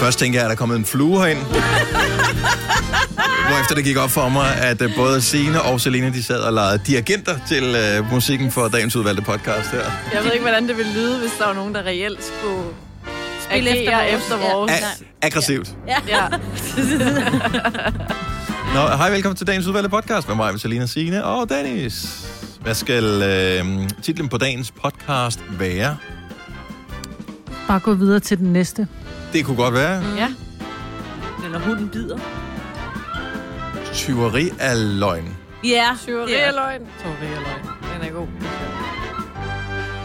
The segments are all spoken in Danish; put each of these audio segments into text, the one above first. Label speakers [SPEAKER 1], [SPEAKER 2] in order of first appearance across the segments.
[SPEAKER 1] Først tænkte jeg, at der er kommet en flue herind. Hvorefter det gik op for mig, at øh, både Sine og Selina, de sad og legede dirigenter til øh, musikken for dagens udvalgte podcast her.
[SPEAKER 2] Jeg ved ikke, hvordan det ville lyde, hvis der var nogen, der reelt skulle spille efter vores. Efter vores. Ja.
[SPEAKER 1] A- aggressivt.
[SPEAKER 2] ja.
[SPEAKER 1] Nå, hej, velkommen til dagens udvalgte podcast med mig, med Selina Signe og Dennis. Hvad skal øh, titlen på dagens podcast være?
[SPEAKER 3] Bare gå videre til den næste.
[SPEAKER 1] Det kunne godt være.
[SPEAKER 2] ja.
[SPEAKER 4] Eller hunden bider.
[SPEAKER 1] Tyveri af løgn.
[SPEAKER 4] Ja.
[SPEAKER 2] Tyveri
[SPEAKER 4] det er-
[SPEAKER 2] er løgn. Tyveri er løgn. Den er god.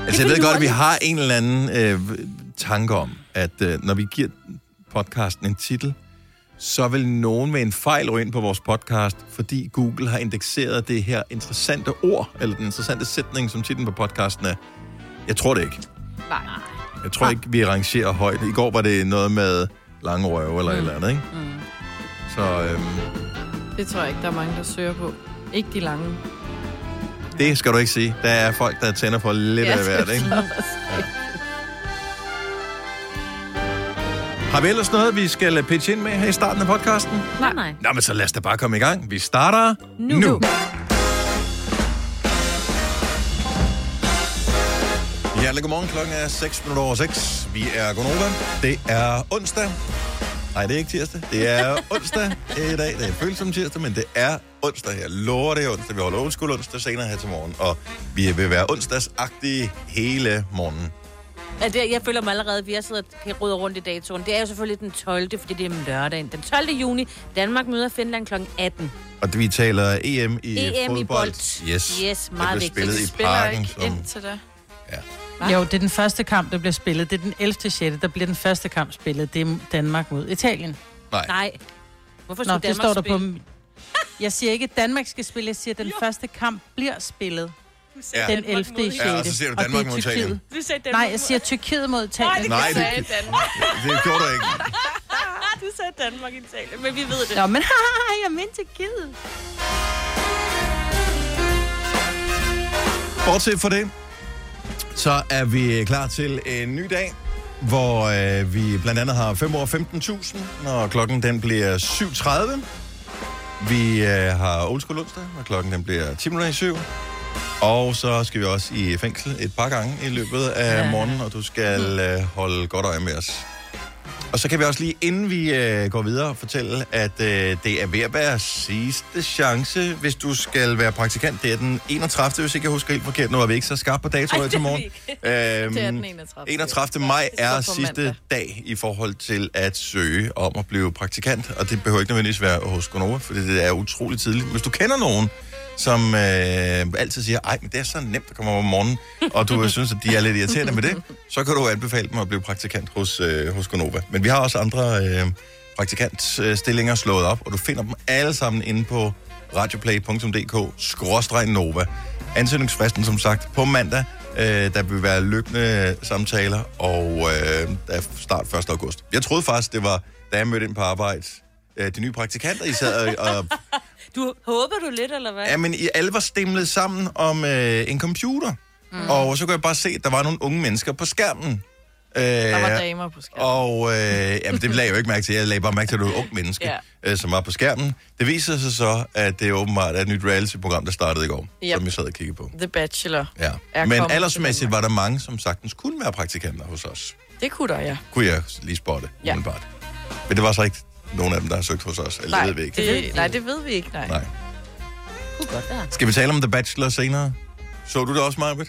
[SPEAKER 1] Altså, jeg ved godt, at vi har en eller anden øh, tanke om, at øh, når vi giver podcasten en titel, så vil nogen med en fejl ryge ind på vores podcast, fordi Google har indekseret det her interessante ord, eller den interessante sætning, som titlen på podcasten er. Jeg tror det ikke.
[SPEAKER 2] Nej.
[SPEAKER 1] Jeg tror ikke, vi rangerer højt. I går var det noget med lange røve eller mm. et eller andet, ikke? Mm. Så øhm,
[SPEAKER 2] Det tror jeg ikke, der er mange, der søger på. Ikke de lange.
[SPEAKER 1] det skal du ikke sige. Der er folk, der tænder for lidt
[SPEAKER 2] Ja,
[SPEAKER 1] af hvert, ikke? Har vi ellers noget, vi skal øh, pitche ind med her i starten af podcasten?
[SPEAKER 3] Nej, nej.
[SPEAKER 1] Nå, men så lad os da bare komme i gang. Vi starter nu. nu. Hjertelig godmorgen. Klokken er 6 minutter over 6. Vi er Gonova. Det er onsdag. Nej, det er ikke tirsdag. Det er onsdag i dag. Det føles som tirsdag, men det er onsdag. Jeg lover det er onsdag. Vi holder old school onsdag senere her til morgen. Og vi vil være onsdagsagtige hele morgenen.
[SPEAKER 4] Ja, det, jeg føler mig allerede, at vi har siddet og rydder rundt i datoen. Det er jo selvfølgelig den 12., fordi det er lørdagen. Den 12. juni, Danmark møder Finland kl. 18.
[SPEAKER 1] Og vi taler EM i
[SPEAKER 4] EM E i
[SPEAKER 1] fodbold.
[SPEAKER 4] bold.
[SPEAKER 1] Yes.
[SPEAKER 4] Yes, meget
[SPEAKER 1] Det blev
[SPEAKER 4] vigtigt.
[SPEAKER 1] spillet
[SPEAKER 4] Det
[SPEAKER 1] i
[SPEAKER 2] Spiller
[SPEAKER 1] parken.
[SPEAKER 2] ikke
[SPEAKER 1] Som...
[SPEAKER 2] ind til det.
[SPEAKER 3] Jo, det er den første kamp, der bliver spillet. Det er den 11. 6. Der bliver den første kamp spillet. Det er Danmark mod Italien.
[SPEAKER 1] Nej.
[SPEAKER 4] Nej. Hvorfor
[SPEAKER 3] Nå,
[SPEAKER 4] skulle
[SPEAKER 3] det
[SPEAKER 4] Danmark
[SPEAKER 3] står der
[SPEAKER 4] spille?
[SPEAKER 3] på... Jeg siger ikke, at Danmark skal spille. Jeg siger, at den første kamp bliver spillet
[SPEAKER 1] Ja.
[SPEAKER 3] den 11. 6.
[SPEAKER 1] Ja, og så siger du Danmark mod Italien.
[SPEAKER 4] Du sagde Danmark.
[SPEAKER 3] Nej, jeg siger Tyrkiet mod Italien.
[SPEAKER 1] Nej, det,
[SPEAKER 2] Sagde Danmark.
[SPEAKER 1] det gjorde du ikke.
[SPEAKER 4] du sagde Danmark i Italien, men vi ved det.
[SPEAKER 3] Nå, men haha, jeg mente Tyrkiet.
[SPEAKER 1] Bortset fra det, så er vi klar til en ny dag, hvor øh, vi blandt andet har 5 år 15.000, når klokken den bliver 7.30. Vi øh, har Old School onsdag, når klokken den bliver 10 minutter i 7. Og så skal vi også i fængsel et par gange i løbet af
[SPEAKER 3] Ja.
[SPEAKER 1] morgenen, og du skal øh, holde godt øje med os. Og så kan vi også lige, inden vi øh, går videre, fortælle, at øh, det er ved at være sidste chance, hvis du skal være praktikant. Det er den 31., hvis ikke jeg husker helt forkert. Nu er vi ikke så skarpe på datoer til morgen. Øhm,
[SPEAKER 2] Det er den 31.
[SPEAKER 1] 31. maj
[SPEAKER 2] Det er
[SPEAKER 1] er
[SPEAKER 2] på mandag.
[SPEAKER 1] sidste dag i forhold til at søge om at blive praktikant, og det behøver ikke nødvendigvis være hos Gonova, for det er utrolig tidligt. Hvis du kender nogen, som øh, altid siger, ej, men det er så nemt at komme op om morgenen, og du øh, synes, at de er lidt irriterende med det, så kan du anbefale dem at blive praktikant hos, øh, hos Gonova. Men vi har også andre øh, praktikantstillinger slået op, og du finder dem alle sammen inde på radioplay.dk-nova. Ansøgningsfristen, som sagt, på mandag. Øh, der vil være løbende samtaler, og øh, der er start 1. august. Jeg troede faktisk, det var, da jeg mødte ind på arbejde, øh, de nye praktikanter, I sad og, og
[SPEAKER 4] Du håber du lidt, eller hvad?
[SPEAKER 1] Ja, men I alle var stemlet sammen om øh, en computer. Mm. Og så kunne jeg bare se, at der var nogle unge mennesker på skærmen. Øh,
[SPEAKER 2] Der var damer på skærmen.
[SPEAKER 1] og øh, jamen, det lagde jeg jo ikke mærke til. Jeg lagde bare mærke til, at det var et ungt menneske,
[SPEAKER 2] Ja.
[SPEAKER 1] ja. øh, som var på skærmen. Det viser sig så, at det åbenbart er et nyt reality-program, der startede i går,
[SPEAKER 2] Yep.
[SPEAKER 1] som jeg sad og kiggede på.
[SPEAKER 2] The Bachelor.
[SPEAKER 1] Ja.
[SPEAKER 2] Er kommet
[SPEAKER 1] Men
[SPEAKER 2] til
[SPEAKER 1] aldersmæssigt
[SPEAKER 2] Danmark.
[SPEAKER 1] var der mange, som sagtens kunne være praktikanter hos os.
[SPEAKER 2] Det kunne der, ja.
[SPEAKER 1] Kunne jeg lige spotte,
[SPEAKER 2] Ja.
[SPEAKER 1] umiddelbart. Men det var så ikke nogen af dem, der har søgt hos os. Eller det ved vi ikke.
[SPEAKER 2] Det, nej, det ved vi ikke, nej.
[SPEAKER 1] Nej.
[SPEAKER 4] kunne godt være.
[SPEAKER 1] Skal vi tale om The Bachelor senere? Så du det også, Marbet?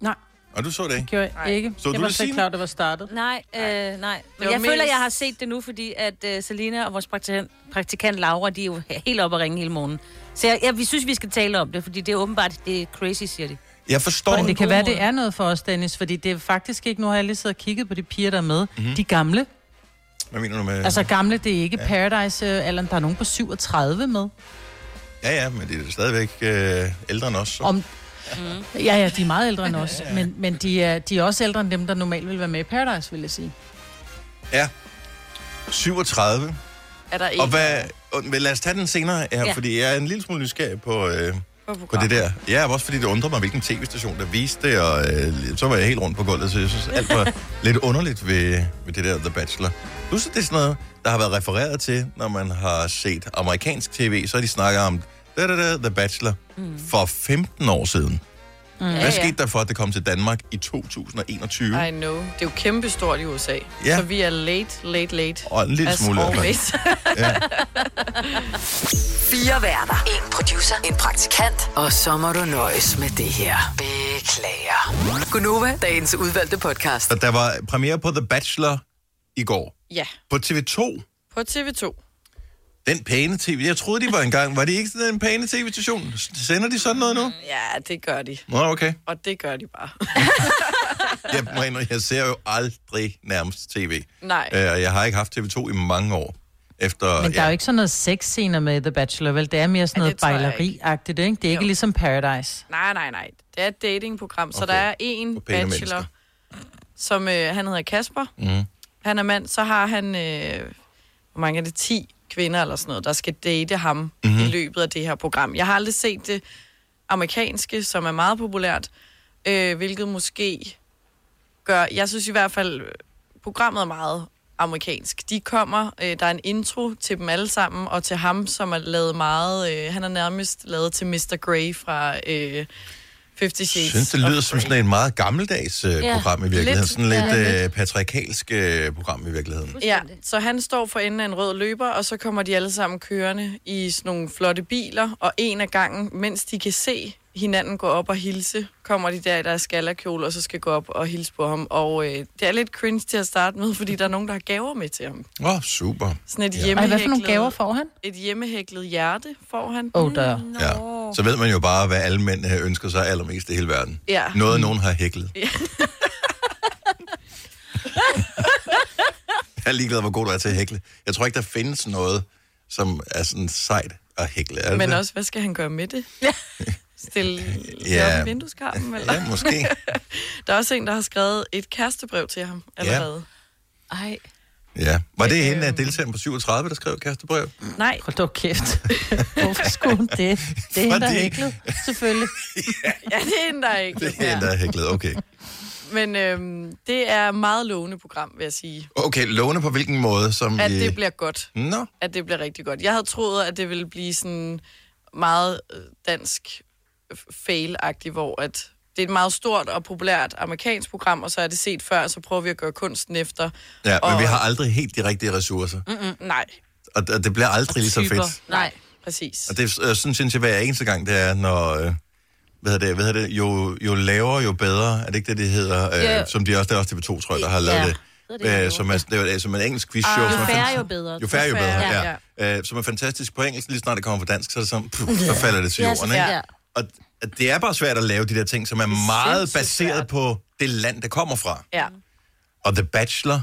[SPEAKER 3] Nej,
[SPEAKER 1] Og du så det ikke?
[SPEAKER 3] gjorde jeg ikke.
[SPEAKER 1] Så
[SPEAKER 3] jeg
[SPEAKER 1] du
[SPEAKER 3] var
[SPEAKER 1] vil
[SPEAKER 3] så
[SPEAKER 1] sige-
[SPEAKER 3] klar, det var startet.
[SPEAKER 4] Nej, øh, nej. Men
[SPEAKER 2] var
[SPEAKER 4] jeg føler,
[SPEAKER 2] mest-
[SPEAKER 4] jeg har set det nu, fordi at øh, Selina og vores praktikant, praktikant Laura, de er jo he- helt oppe at ringe hele morgen. Så jeg, jeg, vi synes, vi skal tale om det, fordi det er åbenbart, det er crazy, siger de.
[SPEAKER 1] Jeg forstår
[SPEAKER 3] Men det
[SPEAKER 1] det.
[SPEAKER 3] kan
[SPEAKER 4] god
[SPEAKER 3] være,
[SPEAKER 4] måde.
[SPEAKER 3] det er noget for os, Dennis, fordi det er faktisk ikke... Nu har jeg lige siddet og kigget på de piger, der er med.
[SPEAKER 1] Mhm.
[SPEAKER 3] Mm-hmm. De gamle.
[SPEAKER 1] Hvad mener du med?
[SPEAKER 3] Altså gamle, det er ikke Paradise øh, Allan. Der er nogen på 37 med.
[SPEAKER 1] Ja, ja, men det er stadigvæk øh, ældre end os. Så.
[SPEAKER 3] Om... Ja, ja, de er meget ældre end os. Men, men de, er, de er også ældre end dem, der normalt vil være med i Paradise, vil jeg sige.
[SPEAKER 1] Ja. 37.
[SPEAKER 2] Er der en
[SPEAKER 1] Og hvad, og, men lad os tage den senere her, ja.
[SPEAKER 4] Ja.
[SPEAKER 1] fordi jeg er en lille smule nysgerrig på, øh,
[SPEAKER 2] på
[SPEAKER 1] på
[SPEAKER 2] programmet?
[SPEAKER 1] det der. Ja, også fordi det undrer mig, hvilken tv-station, der viste det, og øh, så var jeg helt rundt på gulvet, så jeg synes, alt var lidt underligt ved, ved det der The Bachelor. Plus, at det er sådan noget, der har været refereret til, når man har set amerikansk tv, så har de snakket om da, da, da, The Bachelor mm. for 15 år siden. Mm. Hvad
[SPEAKER 2] Ja, ja.
[SPEAKER 1] skete der for, at det kom til Danmark i 2021?
[SPEAKER 2] I know. Det er jo kæmpestort i USA.
[SPEAKER 1] Ja.
[SPEAKER 2] Så vi er late, late, late.
[SPEAKER 1] Og en lille
[SPEAKER 2] As
[SPEAKER 1] smule i hvert fald.
[SPEAKER 2] always.
[SPEAKER 5] Fire værter. En producer. En praktikant. Og så må du nøjes med det her. Beklager. Gunova, dagens udvalgte podcast.
[SPEAKER 1] Så der var premiere på The Bachelor i går.
[SPEAKER 2] ja,
[SPEAKER 1] På TV2.
[SPEAKER 2] på TV2.
[SPEAKER 1] Den pæne tv. Jeg troede, de var engang. Var det ikke sådan en pæne tv-station? S- Sender de sådan noget nu?
[SPEAKER 2] Ja, det gør de.
[SPEAKER 1] Nå, okay.
[SPEAKER 2] Og det gør de bare.
[SPEAKER 1] Jeg, må indrømme, jeg ser jo aldrig nærmest tv.
[SPEAKER 2] Nej.
[SPEAKER 1] Øh, og jeg har ikke haft TV2 i mange år. Efter,
[SPEAKER 3] Men der er jo ikke sådan noget sexscener med The Bachelor, vel? Det er mere sådan
[SPEAKER 2] Ja,
[SPEAKER 3] noget
[SPEAKER 2] det tror jeg ikke.
[SPEAKER 3] bejleri-agtigt, ikke? Det er ikke
[SPEAKER 2] Jo.
[SPEAKER 3] ligesom Paradise.
[SPEAKER 2] Nej, nej, nej. Det er et datingprogram, så
[SPEAKER 1] Okay.
[SPEAKER 2] okay. der er
[SPEAKER 1] For
[SPEAKER 2] en
[SPEAKER 1] pæne
[SPEAKER 2] bachelor,
[SPEAKER 1] mennesker.
[SPEAKER 2] mennesker. som øh, han hedder Kasper. Mm. Han er mand, så har han, øh, hvor mange er det, 10 kvinder eller sådan noget, der skal date ham mm-hmm.
[SPEAKER 1] Mhm.
[SPEAKER 2] i løbet af det her program. Jeg har aldrig set det amerikanske, som er meget populært, øh, hvilket måske gør, jeg synes i hvert fald, øh, programmet er meget amerikansk. De kommer, øh, der er en intro til dem alle sammen, og til ham, som er lavet meget, øh, han er nærmest lavet til Mr. Grey fra øh, Fifty Shades.
[SPEAKER 1] Jeg synes, det
[SPEAKER 2] of
[SPEAKER 1] lyder som
[SPEAKER 2] Grey.
[SPEAKER 1] sådan et meget gammeldags øh,
[SPEAKER 4] Ja.
[SPEAKER 1] program i virkeligheden.
[SPEAKER 2] Lidt.
[SPEAKER 1] sådan lidt øh, patriarkalsk øh, program i virkeligheden.
[SPEAKER 2] Ja,
[SPEAKER 4] Fuldstændig.
[SPEAKER 2] så han står for enden af en rød løber, og så kommer de alle sammen kørende i sådan nogle flotte biler, og en af gangen, mens de kan se hinanden gå op og hilse, kommer de der i deres skallerkjole, og så skal gå op og hilse på ham. Og øh, det er lidt cringe til at starte med, fordi der er nogen, der har gaver med til ham.
[SPEAKER 1] Åh, oh, super.
[SPEAKER 2] Sådan et,
[SPEAKER 3] Ej,
[SPEAKER 2] hjemmehæklet,
[SPEAKER 3] hvad for nogle gaver får han?
[SPEAKER 2] et hjemmehæklet hjerte får han.
[SPEAKER 3] Åh, oh, der.
[SPEAKER 2] Mm,
[SPEAKER 1] Ja. Så ved man jo bare, hvad alle mænd øh, ønsker sig allermest i hele verden.
[SPEAKER 2] Ja.
[SPEAKER 1] Noget, nogen har hæklet.
[SPEAKER 2] Ja.
[SPEAKER 1] jeg er ligeglad, hvor god du er til at hækle. Jeg tror ikke, der findes noget, som er sådan sejt at hækle. Er det
[SPEAKER 2] Men
[SPEAKER 1] det?
[SPEAKER 2] også, hvad skal han gøre med det? Stille
[SPEAKER 1] Ja.
[SPEAKER 2] ja. op i vindueskarmen? Eller?
[SPEAKER 1] Ja, måske.
[SPEAKER 2] Der er også en, der har skrevet et kærestebrev til ham allerede.
[SPEAKER 4] Ej.
[SPEAKER 1] Ja. Var det hende
[SPEAKER 2] øhm,
[SPEAKER 1] af deltageren på 37, der skrev kærestebrev?
[SPEAKER 2] Ja. Nej,
[SPEAKER 3] Hold dog kæft. Hvorfor skulle hun det? Det er hende, der
[SPEAKER 1] Fordi-
[SPEAKER 3] hæklet, selvfølgelig.
[SPEAKER 2] ja, det er en, der ikke.
[SPEAKER 1] Det er hende, der er hæklet. Okay.
[SPEAKER 2] Men øhm, det er et meget lovende program, vil jeg sige.
[SPEAKER 1] Okay, låne på hvilken måde? Som
[SPEAKER 2] At
[SPEAKER 1] i-
[SPEAKER 2] det bliver godt.
[SPEAKER 1] Nå,
[SPEAKER 2] At det bliver rigtig godt. Jeg havde troet, at det ville blive sådan meget øh, dansk f- fail-agtigt, hvor at det er et meget stort og populært amerikansk program, og så er det set før, og så prøver vi at gøre kunsten efter.
[SPEAKER 1] ja, men
[SPEAKER 2] og,
[SPEAKER 1] vi har aldrig helt de rigtige ressourcer.
[SPEAKER 2] Mm, nej,
[SPEAKER 1] Og, og det bliver aldrig lige så
[SPEAKER 4] Typer.
[SPEAKER 1] fedt.
[SPEAKER 4] Nej.
[SPEAKER 2] præcis.
[SPEAKER 1] Og det er øh, sådan, synes jeg, hver eneste gang, det er, når... Øh, hvad hedder det? Hvad hedder det? Jo, jo lavere, jo bedre. Er det ikke det, det hedder? Øh,
[SPEAKER 4] Jo.
[SPEAKER 1] Som de også, der er også TV2, tror jeg, der har lavet
[SPEAKER 4] Ja.
[SPEAKER 1] det.
[SPEAKER 4] Det er det,
[SPEAKER 1] Øh, som, er, det er, som er en engelsk quiz show.
[SPEAKER 4] Jo
[SPEAKER 1] som er
[SPEAKER 4] færre,
[SPEAKER 1] fant-
[SPEAKER 4] jo bedre.
[SPEAKER 1] Jo færre, jo
[SPEAKER 2] Jo
[SPEAKER 1] bedre,
[SPEAKER 2] færre,
[SPEAKER 1] ja. ja. Øh, som er fantastisk på engelsk. Lige snart det kommer på dansk, så, er det sådan, pff, så falder det til
[SPEAKER 4] Ja,
[SPEAKER 1] jorden.
[SPEAKER 4] så-
[SPEAKER 1] Ikke?
[SPEAKER 4] ja.
[SPEAKER 1] Og og det er bare svært at lave de der ting, som er meget
[SPEAKER 2] sindssygt
[SPEAKER 1] baseret
[SPEAKER 2] svært.
[SPEAKER 1] på det land, det kommer fra.
[SPEAKER 2] Ja.
[SPEAKER 1] Og The Bachelor,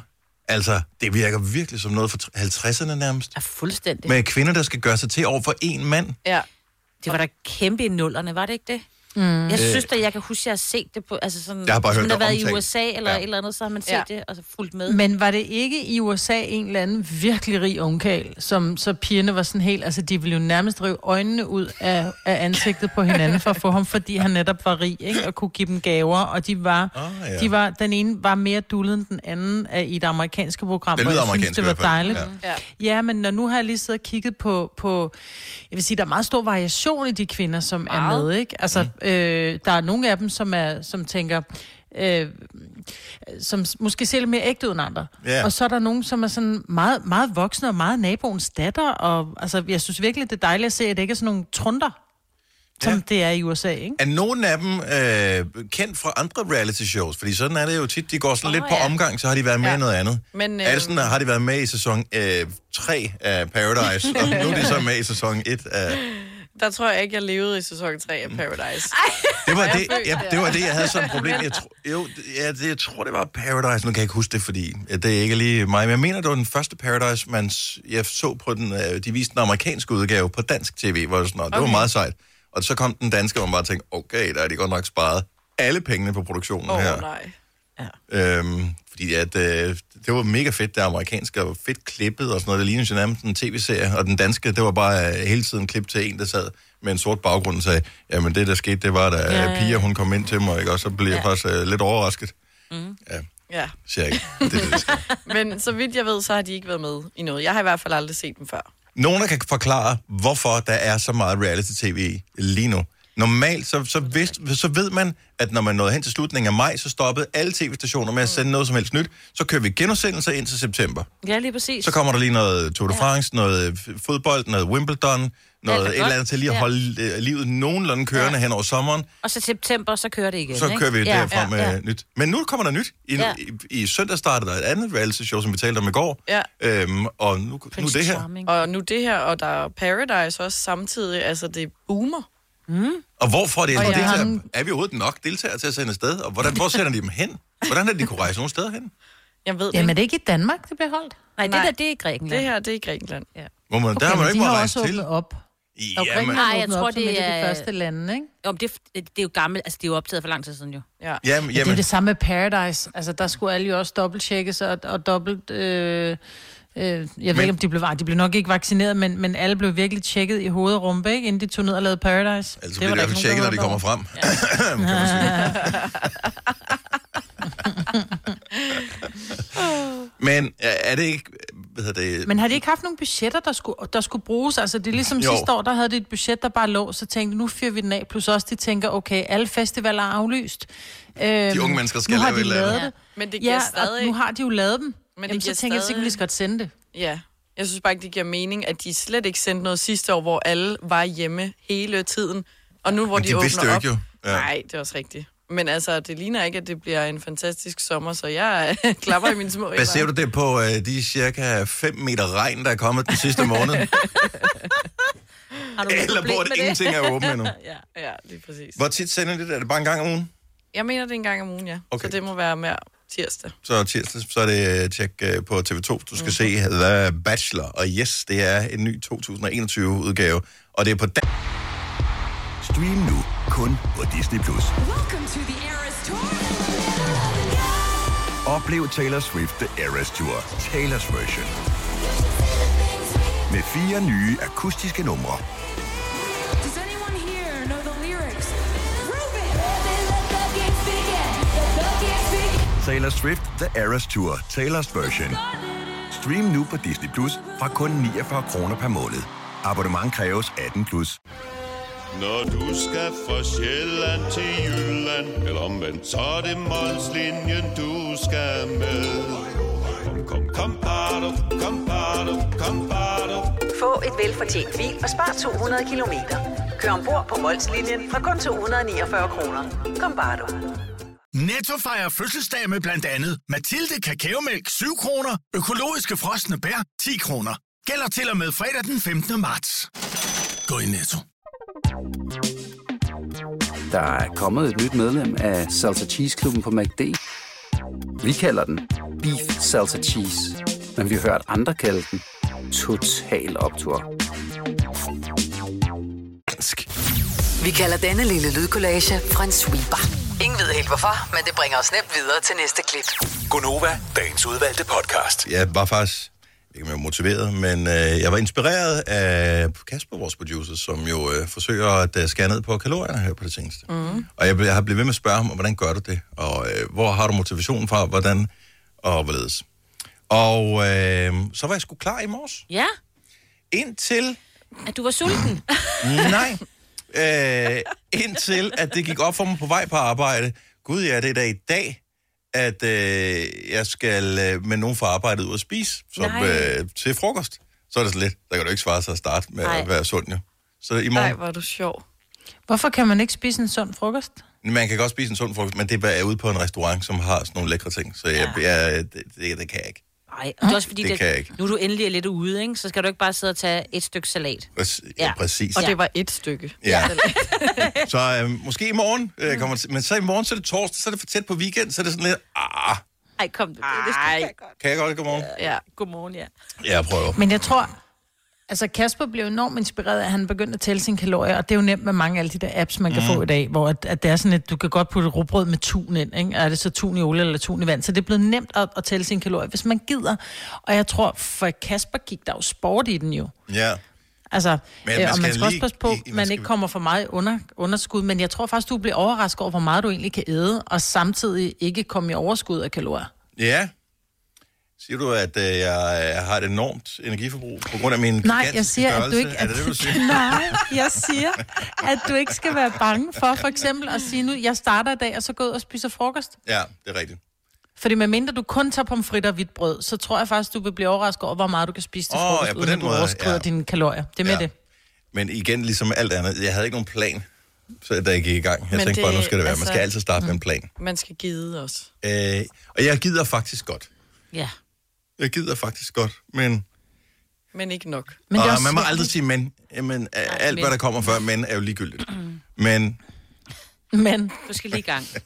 [SPEAKER 1] altså, det virker virkelig som noget for 50'erne nærmest.
[SPEAKER 4] Ja, fuldstændig. Men...
[SPEAKER 1] Med kvinder, der skal gøre sig til over for én mand.
[SPEAKER 2] ja.
[SPEAKER 4] Det var da kæmpe i nullerne, var det ikke det? Mm. Jeg synes da, jeg kan huske, at jeg har set det på... Altså sådan,
[SPEAKER 1] Øh. Jeg har bare
[SPEAKER 4] hvis
[SPEAKER 1] hørt
[SPEAKER 4] man
[SPEAKER 1] det
[SPEAKER 4] har været
[SPEAKER 1] omtalt.
[SPEAKER 4] i USA eller
[SPEAKER 1] Ja.
[SPEAKER 4] ja. et eller andet, så har man set
[SPEAKER 2] Ja.
[SPEAKER 4] ja. det og så fulgt med.
[SPEAKER 3] Men var det ikke i USA en eller anden virkelig rig ungkal, som så pigerne var sådan helt, altså de ville jo nærmest rive øjnene ud af, af ansigtet på hinanden for at få ham, fordi han netop var rig, ikke? og kunne give dem gaver, og de var,
[SPEAKER 1] Ah,
[SPEAKER 3] ah,
[SPEAKER 1] ja.
[SPEAKER 3] ja. de var den ene var mere dullet end den anden af, i det amerikanske program,
[SPEAKER 1] Det
[SPEAKER 3] og
[SPEAKER 1] lyder
[SPEAKER 3] jeg synes,
[SPEAKER 1] amerikansk
[SPEAKER 3] det
[SPEAKER 1] i
[SPEAKER 3] var
[SPEAKER 1] hvert fald,
[SPEAKER 3] dejligt.
[SPEAKER 1] ja.
[SPEAKER 2] Ja.
[SPEAKER 3] Ja, men når nu har jeg lige siddet og kigget på, på, jeg vil sige, der er meget stor variation i de kvinder, som er
[SPEAKER 2] Meget.
[SPEAKER 3] med, ikke? Altså,
[SPEAKER 1] Mm.
[SPEAKER 3] øh, der er nogle af dem, som, er, som tænker, øh, som s- måske ser lidt mere ægte ud end andre.
[SPEAKER 1] Ja.
[SPEAKER 3] Og så er der nogen, som er sådan meget, meget voksne og meget naboens datter, og altså, jeg synes virkelig, det er dejligt at se, at det ikke er sådan nogle trunder, som
[SPEAKER 1] Ja.
[SPEAKER 3] ja. det er i USA, ikke?
[SPEAKER 1] Er nogen af dem øh, kendt fra andre reality shows? Fordi sådan er det jo tit. De går sådan oh,
[SPEAKER 4] Åh,
[SPEAKER 1] lidt på
[SPEAKER 4] ja.
[SPEAKER 1] omgang, så har de været med ja. i
[SPEAKER 2] Ja.
[SPEAKER 1] noget andet. Men,
[SPEAKER 2] Men,
[SPEAKER 1] øh... Er det
[SPEAKER 2] øh,
[SPEAKER 1] sådan, at har de været med i sæson øh, 3 af Paradise, og nu er de så med i sæson 1 af...
[SPEAKER 2] Der tror jeg ikke, jeg levede i sæson 3 af Paradise.
[SPEAKER 1] Mm. Det var det,
[SPEAKER 2] følt,
[SPEAKER 1] jeg, det, var det, jeg havde som problem. Jeg, tro, jo, det- ja, det, jeg tror, det var Paradise. Nu kan jeg ikke huske det, fordi ja, det er ikke lige mig. Men jeg mener, det var den første Paradise, man, s- jeg så på den, øh, de viste den amerikanske udgave på dansk tv. Hvor jeg sådan, "Nå, det okay. var meget sejt. Og så kom den danske, hvor man bare tænkte, okay, der er de godt nok sparet alle pengene på produktionen
[SPEAKER 2] Åh,
[SPEAKER 1] her.
[SPEAKER 2] oh, nej.
[SPEAKER 1] Øhm, fordi at, øh, det var mega fedt, det amerikanske, og fedt klippet og sådan noget. Det lignede jo nærmest en tv-serie, og den danske, det var bare øh, hele tiden klip til en, der sad med en sort baggrund og sagde, jamen det, der skete, det var, da ja, Pia, hun kom ind til mig, ikke? og så blev jeg faktisk øh, lidt overrasket. Mm. Ja.
[SPEAKER 2] Ja.
[SPEAKER 1] Cirka. Det ved jeg sgu.
[SPEAKER 2] Men så vidt jeg ved, så har de ikke været med i noget. Jeg har i hvert fald aldrig set dem før.
[SPEAKER 1] Nogen der kan forklare, hvorfor der er så meget reality-tv lige nu. Normalt, så, så, vidst, så ved man, at når man nåede hen til slutningen af maj, så stoppede alle tv-stationer med at sende noget som helst nyt. Så kører vi genudsendelser ind til september.
[SPEAKER 4] Ja, lige præcis.
[SPEAKER 1] Så kommer der lige noget Tour de France, ja. noget f- fodbold, noget Wimbledon, noget et
[SPEAKER 4] godt.
[SPEAKER 1] eller andet til lige at
[SPEAKER 4] Ja.
[SPEAKER 1] holde øh, livet nogenlunde kørende ja. hen over sommeren.
[SPEAKER 4] Og så september, så kører det igen,
[SPEAKER 1] Så
[SPEAKER 4] ikke?
[SPEAKER 1] kører vi
[SPEAKER 4] ja,
[SPEAKER 1] derfra
[SPEAKER 4] ja,
[SPEAKER 1] med
[SPEAKER 4] Ja.
[SPEAKER 1] nyt. Men nu kommer der nyt. I, ja.
[SPEAKER 4] Ja.
[SPEAKER 1] i, i søndag startede der et andet reality-show, som vi talte om i går.
[SPEAKER 2] Ja.
[SPEAKER 1] Øhm, og nu, nu
[SPEAKER 4] Prince
[SPEAKER 1] det her.
[SPEAKER 4] Charming.
[SPEAKER 2] Og nu det her, og der er Paradise også samtidig. Altså, det boomer.
[SPEAKER 4] Mm.
[SPEAKER 1] Og hvorfor er det?
[SPEAKER 3] Og
[SPEAKER 1] Altså,
[SPEAKER 3] jeg har
[SPEAKER 1] deltager,
[SPEAKER 3] en-
[SPEAKER 1] er vi overhovedet nok deltagere til at sende afsted? Og hvordan, hvor sender de dem hen? Hvordan er det, de kunne rejse nogen steder hen?
[SPEAKER 2] Jeg ved Jamen,
[SPEAKER 3] Jamen, er
[SPEAKER 2] ikke.
[SPEAKER 3] det ikke i Danmark, det bliver holdt?
[SPEAKER 4] Nej, det
[SPEAKER 2] Nej.
[SPEAKER 4] der, det er i Grækenland.
[SPEAKER 2] Det her, det er i Grækenland. Ja.
[SPEAKER 1] Hvor man, okay, der har man
[SPEAKER 3] men
[SPEAKER 1] jo ikke
[SPEAKER 3] de
[SPEAKER 1] måttet
[SPEAKER 3] har
[SPEAKER 1] rejse
[SPEAKER 3] også
[SPEAKER 1] til.
[SPEAKER 3] åbnet op. Og
[SPEAKER 1] Jamen,
[SPEAKER 3] Grækenland
[SPEAKER 4] Nej,
[SPEAKER 3] har
[SPEAKER 4] jeg
[SPEAKER 3] åbnet
[SPEAKER 4] tror,
[SPEAKER 3] op, som
[SPEAKER 4] det
[SPEAKER 3] et af de
[SPEAKER 4] er-
[SPEAKER 3] første lande, ikke?
[SPEAKER 4] Jo, men det, er- det er jo gammelt, altså det er jo optaget for lang tid siden jo.
[SPEAKER 2] Ja.
[SPEAKER 1] jamen,
[SPEAKER 3] Jamen. Det er
[SPEAKER 1] jamen,
[SPEAKER 3] det samme med Paradise. Altså, der skulle alle jo også dobbelttjekkes og, og dobbelt... Øh, øh, jeg ved
[SPEAKER 1] Men-
[SPEAKER 3] ikke, om de blev, ej, de blev nok ikke vaccineret, men, men alle blev virkelig tjekket i hoved og rumpe, ikke, inden de tog ned og lavede Paradise.
[SPEAKER 1] altså bliver det i hvert fald
[SPEAKER 3] der
[SPEAKER 1] tjekket, når de
[SPEAKER 3] var
[SPEAKER 1] kommer
[SPEAKER 3] over.
[SPEAKER 1] frem. kan man sige. Men er er det ikke... Hvad hedder det?
[SPEAKER 3] Men har de ikke haft nogle budgetter, der skulle, der skulle bruges? Altså, det er ligesom
[SPEAKER 1] Jo.
[SPEAKER 3] jo. sidste år, der havde de et budget, der bare lå, så tænkte nu fyrer vi den af. Plus også, de tænker, okay, alle festivaler er aflyst. Øhm,
[SPEAKER 1] unge mennesker skal
[SPEAKER 3] nu har
[SPEAKER 1] lave
[SPEAKER 3] de
[SPEAKER 1] et eller
[SPEAKER 3] lavet
[SPEAKER 1] andet.
[SPEAKER 3] det.
[SPEAKER 2] Men det giver
[SPEAKER 3] Ja, og
[SPEAKER 2] stadig...
[SPEAKER 3] nu har de jo lavet dem. Men
[SPEAKER 2] det
[SPEAKER 3] Jamen, så
[SPEAKER 2] giver
[SPEAKER 3] tænker jeg
[SPEAKER 2] stadig-
[SPEAKER 3] sikkert, vi skal sende det.
[SPEAKER 2] Ja. Jeg synes bare ikke, det giver mening, at de slet ikke sendte noget sidste år, hvor alle var hjemme hele tiden. Og nu, hvor
[SPEAKER 1] Men
[SPEAKER 2] de,
[SPEAKER 1] de
[SPEAKER 2] åbner
[SPEAKER 1] vidste jo
[SPEAKER 2] op...
[SPEAKER 1] ikke jo. Ja.
[SPEAKER 2] Ja. Nej, det er også rigtigt. Men altså, det ligner ikke, at det bliver en fantastisk sommer, så jeg klapper i mine små hænder.
[SPEAKER 1] Baserer du det på øh, de cirka 5 meter regn, der er kommet den sidste måned?
[SPEAKER 4] Har du noget
[SPEAKER 1] Eller
[SPEAKER 4] problem
[SPEAKER 1] hvor
[SPEAKER 4] med
[SPEAKER 1] det ingenting er åbent endnu?
[SPEAKER 4] Ja.
[SPEAKER 2] Ja, lige præcis.
[SPEAKER 1] Hvor tit sender de det? Er det bare en gang om ugen?
[SPEAKER 2] Jeg mener, det er en gang om ugen, ja.
[SPEAKER 1] Okay.
[SPEAKER 2] Okay. Så det må være mere tirsdag.
[SPEAKER 1] så tirsdag, så er det øh, tjek øh, på TV2, du skal mm. se The Bachelor. Og yes, det er en ny 2021-udgave, og det er på dag.
[SPEAKER 6] Stream nu kun på Disney+. Plus. Oplev Taylor Swift The Eras Tour, Taylor's version. Med fire nye akustiske numre.
[SPEAKER 7] Does anyone here know the lyrics? Prove it! let the games begin. Let the games begin.
[SPEAKER 6] Taylor Swift The Eras Tour, Taylor's version. Stream nu på Disney Plus fra kun 49 kroner per måned. Abonnement kræves 18 plus.
[SPEAKER 8] Når du skal fra Sjælland til Jylland Eller omvendt, så er det Molslinjen, du skal med Kom, kom, kom, bado, kom, bado, kom, bado.
[SPEAKER 5] Få et velfortjent bil og spar 200 kilometer. Kør ombord på Molslinjen fra kun 249 kroner. Kom bare du.
[SPEAKER 9] Netto fejrer fødselsdag med blandt andet Mathilde Kakaomælk 7 kroner, økologiske frosne bær 10 kroner. Gælder til og med fredag den 15. marts. Gå i Netto.
[SPEAKER 10] Der er kommet et nyt medlem af Salsa Cheese Klubben på MACD. Vi kalder den Beef Salsa Cheese, men vi har hørt andre kalde den Total Optor.
[SPEAKER 5] Vi kalder denne lille lydkollage Frans sweeper. Ingen ved helt hvorfor, men det bringer os nemt videre til næste klip.
[SPEAKER 9] Gonova, dagens udvalgte podcast.
[SPEAKER 1] Jeg var faktisk, ikke mere motiveret, men øh, jeg var inspireret af Kasper, vores producer, som jo øh, forsøger at øh, skære ned på kalorierne her på det seneste. Mm. Og jeg, blev- jeg har blevet ved med at spørge ham, hvordan gør du det? Og øh, hvor har du motivationen fra? Hvordan? Og hvorledes? Og øh, så var jeg sgu klar i morges.
[SPEAKER 4] ja,
[SPEAKER 1] Indtil
[SPEAKER 4] at du var sulten.
[SPEAKER 1] Mm. Nej. Øh, indtil at det gik op for mig på vej på arbejde. Gud ja, det er da i dag, at øh, jeg skal øh, med nogen fra arbejdet ud og spise som,
[SPEAKER 4] Nej.
[SPEAKER 1] øh, til frokost. Så er det så lidt. Der kan du ikke svare sig at starte med
[SPEAKER 4] Nej.
[SPEAKER 1] at være sund, jo. Så i
[SPEAKER 2] Nej,
[SPEAKER 1] morgen,
[SPEAKER 2] hvor er du sjov.
[SPEAKER 3] Hvorfor kan man ikke spise en sund frokost?
[SPEAKER 1] man kan godt spise en sund frokost, men det er bare ude på en restaurant, som har sådan nogle lækre ting. Så jeg, ja. jeg, det, det, det kan jeg ikke.
[SPEAKER 4] Nej, det er også fordi,
[SPEAKER 1] Det
[SPEAKER 4] det
[SPEAKER 1] kan jeg ikke.
[SPEAKER 4] nu er du endelig er lidt ude, ikke? så skal du ikke bare sidde og tage et stykke salat.
[SPEAKER 1] Præcis. Ja.
[SPEAKER 4] Ja.
[SPEAKER 1] præcis.
[SPEAKER 2] Og
[SPEAKER 4] Ja.
[SPEAKER 2] det var et stykke.
[SPEAKER 1] Ja. Så øh, måske i morgen øh, kommer det, men så i morgen, så er det torsdag, så er det for tæt på weekend, så er det sådan lidt, ah,
[SPEAKER 4] Nej, kom du. Det, det skal jeg godt.
[SPEAKER 1] kan jeg godt i morgen?
[SPEAKER 2] Ja.
[SPEAKER 4] Godmorgen, ja.
[SPEAKER 1] Ja, jeg prøver.
[SPEAKER 3] Men jeg tror, altså Kasper blev enormt inspireret af, at han begyndte at tælle sine kalorier, og det er jo nemt med mange af alle de der apps, man kan mm. få i dag, hvor at, at det er sådan, at du kan godt putte rugbrød med tun ind, ikke? er det så tun i olie eller tun i vand, så det er blevet nemt at, at tælle sine kalorier, hvis man gider. Og jeg tror, for Kasper gik der jo sport i den jo.
[SPEAKER 1] Ja.
[SPEAKER 3] Altså,
[SPEAKER 1] Men
[SPEAKER 3] men
[SPEAKER 1] man
[SPEAKER 3] man øh, og
[SPEAKER 1] skal
[SPEAKER 3] man skal også
[SPEAKER 1] lige-
[SPEAKER 3] passe på,
[SPEAKER 1] i- man
[SPEAKER 3] at man
[SPEAKER 1] skal-
[SPEAKER 3] ikke kommer for meget under, underskud, men jeg tror faktisk, du bliver overrasket over, hvor meget du egentlig kan æde, og samtidig ikke komme i overskud af kalorier.
[SPEAKER 1] Ja. Siger du, at øh, jeg øh, har et enormt energiforbrug på grund af min
[SPEAKER 3] Nej,
[SPEAKER 1] gigantiske
[SPEAKER 3] jeg siger, at du
[SPEAKER 1] størrelse?
[SPEAKER 3] ikke...
[SPEAKER 1] Er det det, du siger?
[SPEAKER 3] Nej, jeg siger, at du ikke skal være bange for for eksempel at sige nu, jeg starter i dag, og så gå ud og spiser frokost.
[SPEAKER 1] Ja, det er rigtigt.
[SPEAKER 3] Fordi medmindre du kun tager pomfritter og hvidt brød, så tror jeg faktisk, du vil blive overrasket over, hvor meget du kan spise til
[SPEAKER 1] Åh,
[SPEAKER 3] frokost,
[SPEAKER 1] ja, på
[SPEAKER 3] uden
[SPEAKER 1] den
[SPEAKER 3] at du
[SPEAKER 1] måde,
[SPEAKER 3] overskrider
[SPEAKER 1] ja.
[SPEAKER 3] dine kalorier. Det er med
[SPEAKER 1] Ja.
[SPEAKER 3] ja. det.
[SPEAKER 1] Men igen, ligesom alt andet, jeg havde ikke nogen plan, så da jeg gik i gang. Jeg
[SPEAKER 2] Men
[SPEAKER 1] tænkte bare,
[SPEAKER 2] det-
[SPEAKER 1] nu skal det være. Man
[SPEAKER 2] altså-
[SPEAKER 1] skal altid starte med en plan.
[SPEAKER 2] Man skal gide også.
[SPEAKER 1] Øh, og jeg gider faktisk godt.
[SPEAKER 4] Ja.
[SPEAKER 1] Jeg gider faktisk godt, men...
[SPEAKER 2] Men ikke nok.
[SPEAKER 1] men og Ah, man må aldrig sige men. Jamen, alt, hvad
[SPEAKER 2] men.
[SPEAKER 1] der kommer før men, er jo ligegyldigt. men
[SPEAKER 3] Men...
[SPEAKER 4] Du skal lige i gang.
[SPEAKER 1] jeg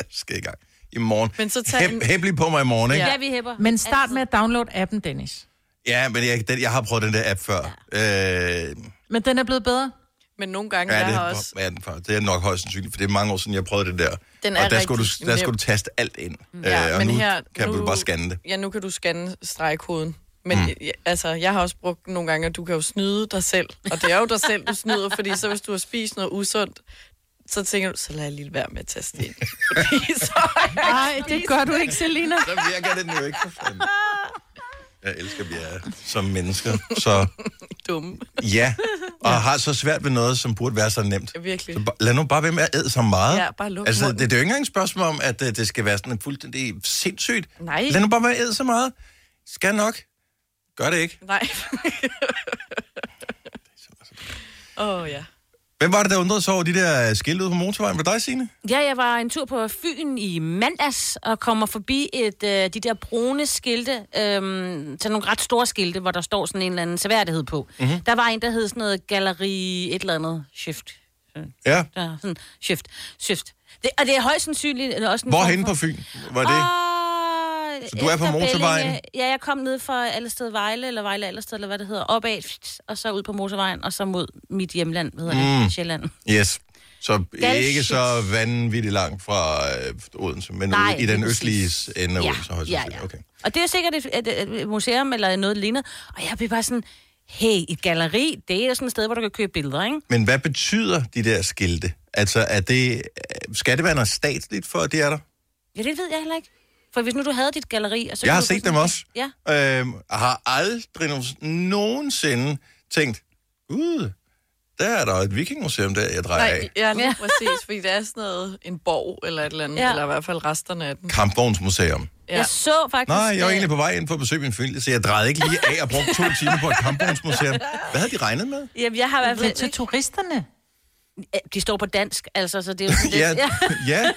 [SPEAKER 1] øh, skal i gang. I morgen.
[SPEAKER 3] Men så tag en-
[SPEAKER 1] Hæb, hæb lige på mig i morgen, ikke?
[SPEAKER 3] Ja,
[SPEAKER 4] vi hæpper.
[SPEAKER 3] Men start med at downloade appen, Dennis.
[SPEAKER 1] Ja, men jeg, den, jeg har prøvet den der app før. Ja. Øh,
[SPEAKER 3] Men den er blevet bedre.
[SPEAKER 2] Men nogle gange,
[SPEAKER 1] Ja,
[SPEAKER 2] jeg
[SPEAKER 1] det,
[SPEAKER 2] har
[SPEAKER 1] også...
[SPEAKER 2] også...
[SPEAKER 1] er den, fra? det er nok højst sandsynligt, for det er mange år siden, jeg prøvede det der.
[SPEAKER 2] Den
[SPEAKER 1] og
[SPEAKER 2] er
[SPEAKER 1] der skulle,
[SPEAKER 2] rigtig
[SPEAKER 1] du, der
[SPEAKER 2] nem.
[SPEAKER 1] skulle du taste alt ind.
[SPEAKER 2] Ja,
[SPEAKER 1] øh, og
[SPEAKER 2] men
[SPEAKER 1] nu
[SPEAKER 2] her-
[SPEAKER 1] kan
[SPEAKER 2] nu-
[SPEAKER 1] du bare scanne det.
[SPEAKER 2] Ja, nu kan du scanne stregkoden. Men
[SPEAKER 1] Mm.
[SPEAKER 2] mm. altså, jeg har også brugt nogle gange, at du kan jo snyde dig selv. Og det er jo dig selv, du snyder, fordi så hvis du har spist noget usundt, så tænker du, så lad jeg lige være med at taste det ind. Fordi så har jeg
[SPEAKER 3] Nej, det
[SPEAKER 2] spist
[SPEAKER 3] gør du ikke, Selina.
[SPEAKER 1] Så virker den jo ikke for fanden. Jeg elsker, at vi er som mennesker. Så
[SPEAKER 2] Dumme.
[SPEAKER 1] ja, og har så svært ved noget, som burde være så nemt.
[SPEAKER 2] Virkelig.
[SPEAKER 1] Så ba- lad nu bare være med at æde så meget.
[SPEAKER 2] Ja, bare luk
[SPEAKER 1] altså, det,
[SPEAKER 2] munden.
[SPEAKER 1] det er jo ikke engang et spørgsmål om, at øh, det skal være sådan fuldstændig sindssygt.
[SPEAKER 2] Nej.
[SPEAKER 1] Lad nu bare være med at æde så meget. Skal nok. Gør det ikke.
[SPEAKER 2] Nej. Åh, oh, ja.
[SPEAKER 1] Hvem var det, der undrede sig over de der øh, skilte ude på motorvejen? Var det dig, Signe?
[SPEAKER 4] Ja, jeg var en tur på Fyn i mandags og kommer forbi et øh, de der brune skilte, øhm, til nogle ret store skilte, hvor der står sådan en eller anden seværdighed på. Mm-hmm.
[SPEAKER 7] Mhm.
[SPEAKER 4] Der var en, der hed sådan noget galleri et eller andet shift. Øh,
[SPEAKER 1] Ja.
[SPEAKER 4] Der, sådan, shift. Shift. Det, og det er højst sandsynligt eller også... en
[SPEAKER 1] Hvorhen
[SPEAKER 4] form
[SPEAKER 1] på
[SPEAKER 4] for-
[SPEAKER 1] Fyn var det?
[SPEAKER 4] Ah, Og
[SPEAKER 1] Så du er på
[SPEAKER 4] efter
[SPEAKER 1] motorvejen?
[SPEAKER 4] Bellinge- Ja, jeg kom ned fra Allersted Vejle, eller Vejle Allersted, eller hvad det hedder, opad, fst, og så ud på motorvejen, og så mod mit hjemland, hvad hedder mm.
[SPEAKER 1] Mm.
[SPEAKER 4] det, Sjælland.
[SPEAKER 1] Yes. Så
[SPEAKER 4] Gal
[SPEAKER 1] ikke
[SPEAKER 4] shit.
[SPEAKER 1] så vanvittigt langt fra øh, Odense, men
[SPEAKER 4] Nej,
[SPEAKER 1] Nej, i
[SPEAKER 4] lige
[SPEAKER 1] den østlige
[SPEAKER 4] præcis.
[SPEAKER 1] ende af
[SPEAKER 4] Ja,
[SPEAKER 1] Odense. højst
[SPEAKER 4] ja,
[SPEAKER 1] sandsynligt.
[SPEAKER 4] ja.
[SPEAKER 1] Okay.
[SPEAKER 4] Og det er sikkert et, et, et museum eller noget lignende. Og jeg blev bare sådan, hey, et galeri, det er sådan et sted, hvor du kan købe billeder, ikke?
[SPEAKER 1] Men hvad betyder de der skilte? Altså, er det, øh, skal det være noget statsligt for, at det er der?
[SPEAKER 4] Ja, det ved jeg heller ikke. For hvis nu du havde dit galeri... Og så
[SPEAKER 1] Jeg
[SPEAKER 4] kunne
[SPEAKER 1] har
[SPEAKER 4] du
[SPEAKER 1] set
[SPEAKER 4] få sådan-
[SPEAKER 1] dem også.
[SPEAKER 4] Ja.
[SPEAKER 1] Øhm, har aldrig nogen- nogensinde tænkt, gud, der er der et vikingmuseum, der jeg drejer
[SPEAKER 2] Nej,
[SPEAKER 1] af.
[SPEAKER 2] ja, lige præcis, fordi det er sådan noget, en borg eller et eller andet,
[SPEAKER 4] Ja.
[SPEAKER 2] ja. eller i hvert fald resterne af den.
[SPEAKER 1] Kampvognsmuseum.
[SPEAKER 2] Ja.
[SPEAKER 4] Jeg så faktisk...
[SPEAKER 1] Nej, jeg var
[SPEAKER 4] øh,
[SPEAKER 1] egentlig på vej ind for at besøge min familie, så jeg drejede ikke lige af og brugte to timer på et kampvognsmuseum. Hvad havde de regnet med?
[SPEAKER 4] Jamen, jeg har i hvert fald...
[SPEAKER 3] Til turisterne?
[SPEAKER 4] De står på dansk, altså, så det er jo sådan
[SPEAKER 1] Ja,
[SPEAKER 4] lidt...
[SPEAKER 1] ja.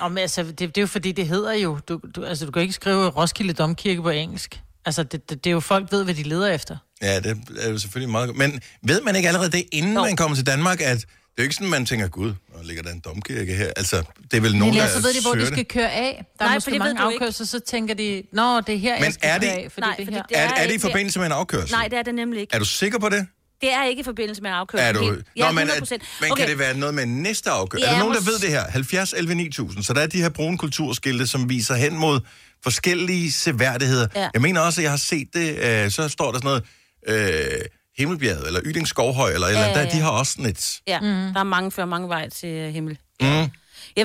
[SPEAKER 3] Nå, men altså, det, det er jo fordi, det hedder jo... Du, du, altså, du kan ikke skrive Roskilde Domkirke på engelsk. Altså, det, det, det er jo folk ved, hvad de leder efter.
[SPEAKER 1] Ja, det er jo selvfølgelig meget godt. Men ved man ikke allerede det, inden man kommer til Danmark, at det er jo ikke sådan, man tænker, gud, hvor ligger der en domkirke her? Altså, det er vel nogen,
[SPEAKER 3] Men
[SPEAKER 1] der
[SPEAKER 3] ja, så ved de, hvor
[SPEAKER 1] søger
[SPEAKER 3] de skal
[SPEAKER 1] det.
[SPEAKER 3] køre af. Der
[SPEAKER 4] Nej,
[SPEAKER 3] er Nej,
[SPEAKER 4] for
[SPEAKER 3] måske
[SPEAKER 4] det ved
[SPEAKER 3] mange
[SPEAKER 4] du ikke.
[SPEAKER 3] afkørsler, så tænker de, nå, det er her,
[SPEAKER 1] Men
[SPEAKER 3] jeg skal
[SPEAKER 1] er det-
[SPEAKER 3] køre af, fordi
[SPEAKER 4] Nej,
[SPEAKER 3] Nej, det er
[SPEAKER 4] fordi
[SPEAKER 3] her.
[SPEAKER 4] det
[SPEAKER 1] Er, er det i
[SPEAKER 4] ikke-
[SPEAKER 1] forbindelse med en afkørsel?
[SPEAKER 4] Nej, det er det nemlig ikke.
[SPEAKER 1] Er du sikker på det?
[SPEAKER 4] Det er ikke i forbindelse med en afkørsel.
[SPEAKER 1] Er du...
[SPEAKER 4] Helt- Ja,
[SPEAKER 1] men,
[SPEAKER 4] 100
[SPEAKER 1] at, men kan det være noget med næste afkørsel?
[SPEAKER 4] Ja,
[SPEAKER 1] Ja, er der nogen, der
[SPEAKER 4] mås-
[SPEAKER 1] ved det her? 70 11 9000. Så der er de her brune kulturskilte, som viser hen mod forskellige seværdigheder.
[SPEAKER 4] Ja.
[SPEAKER 1] Ja. Jeg mener også, at jeg har set det, øh, så står der sådan noget... Øh, Himmelbjerget, eller Yding Skovhøj, eller, et eller
[SPEAKER 4] Ja,
[SPEAKER 1] andet,
[SPEAKER 4] ja,
[SPEAKER 1] der, de
[SPEAKER 4] ja.
[SPEAKER 1] har også sådan et...
[SPEAKER 4] Ja,
[SPEAKER 3] Mhm.
[SPEAKER 4] mm. der er mange før mange vej til øh, himmel.
[SPEAKER 1] Mm.
[SPEAKER 4] Jeg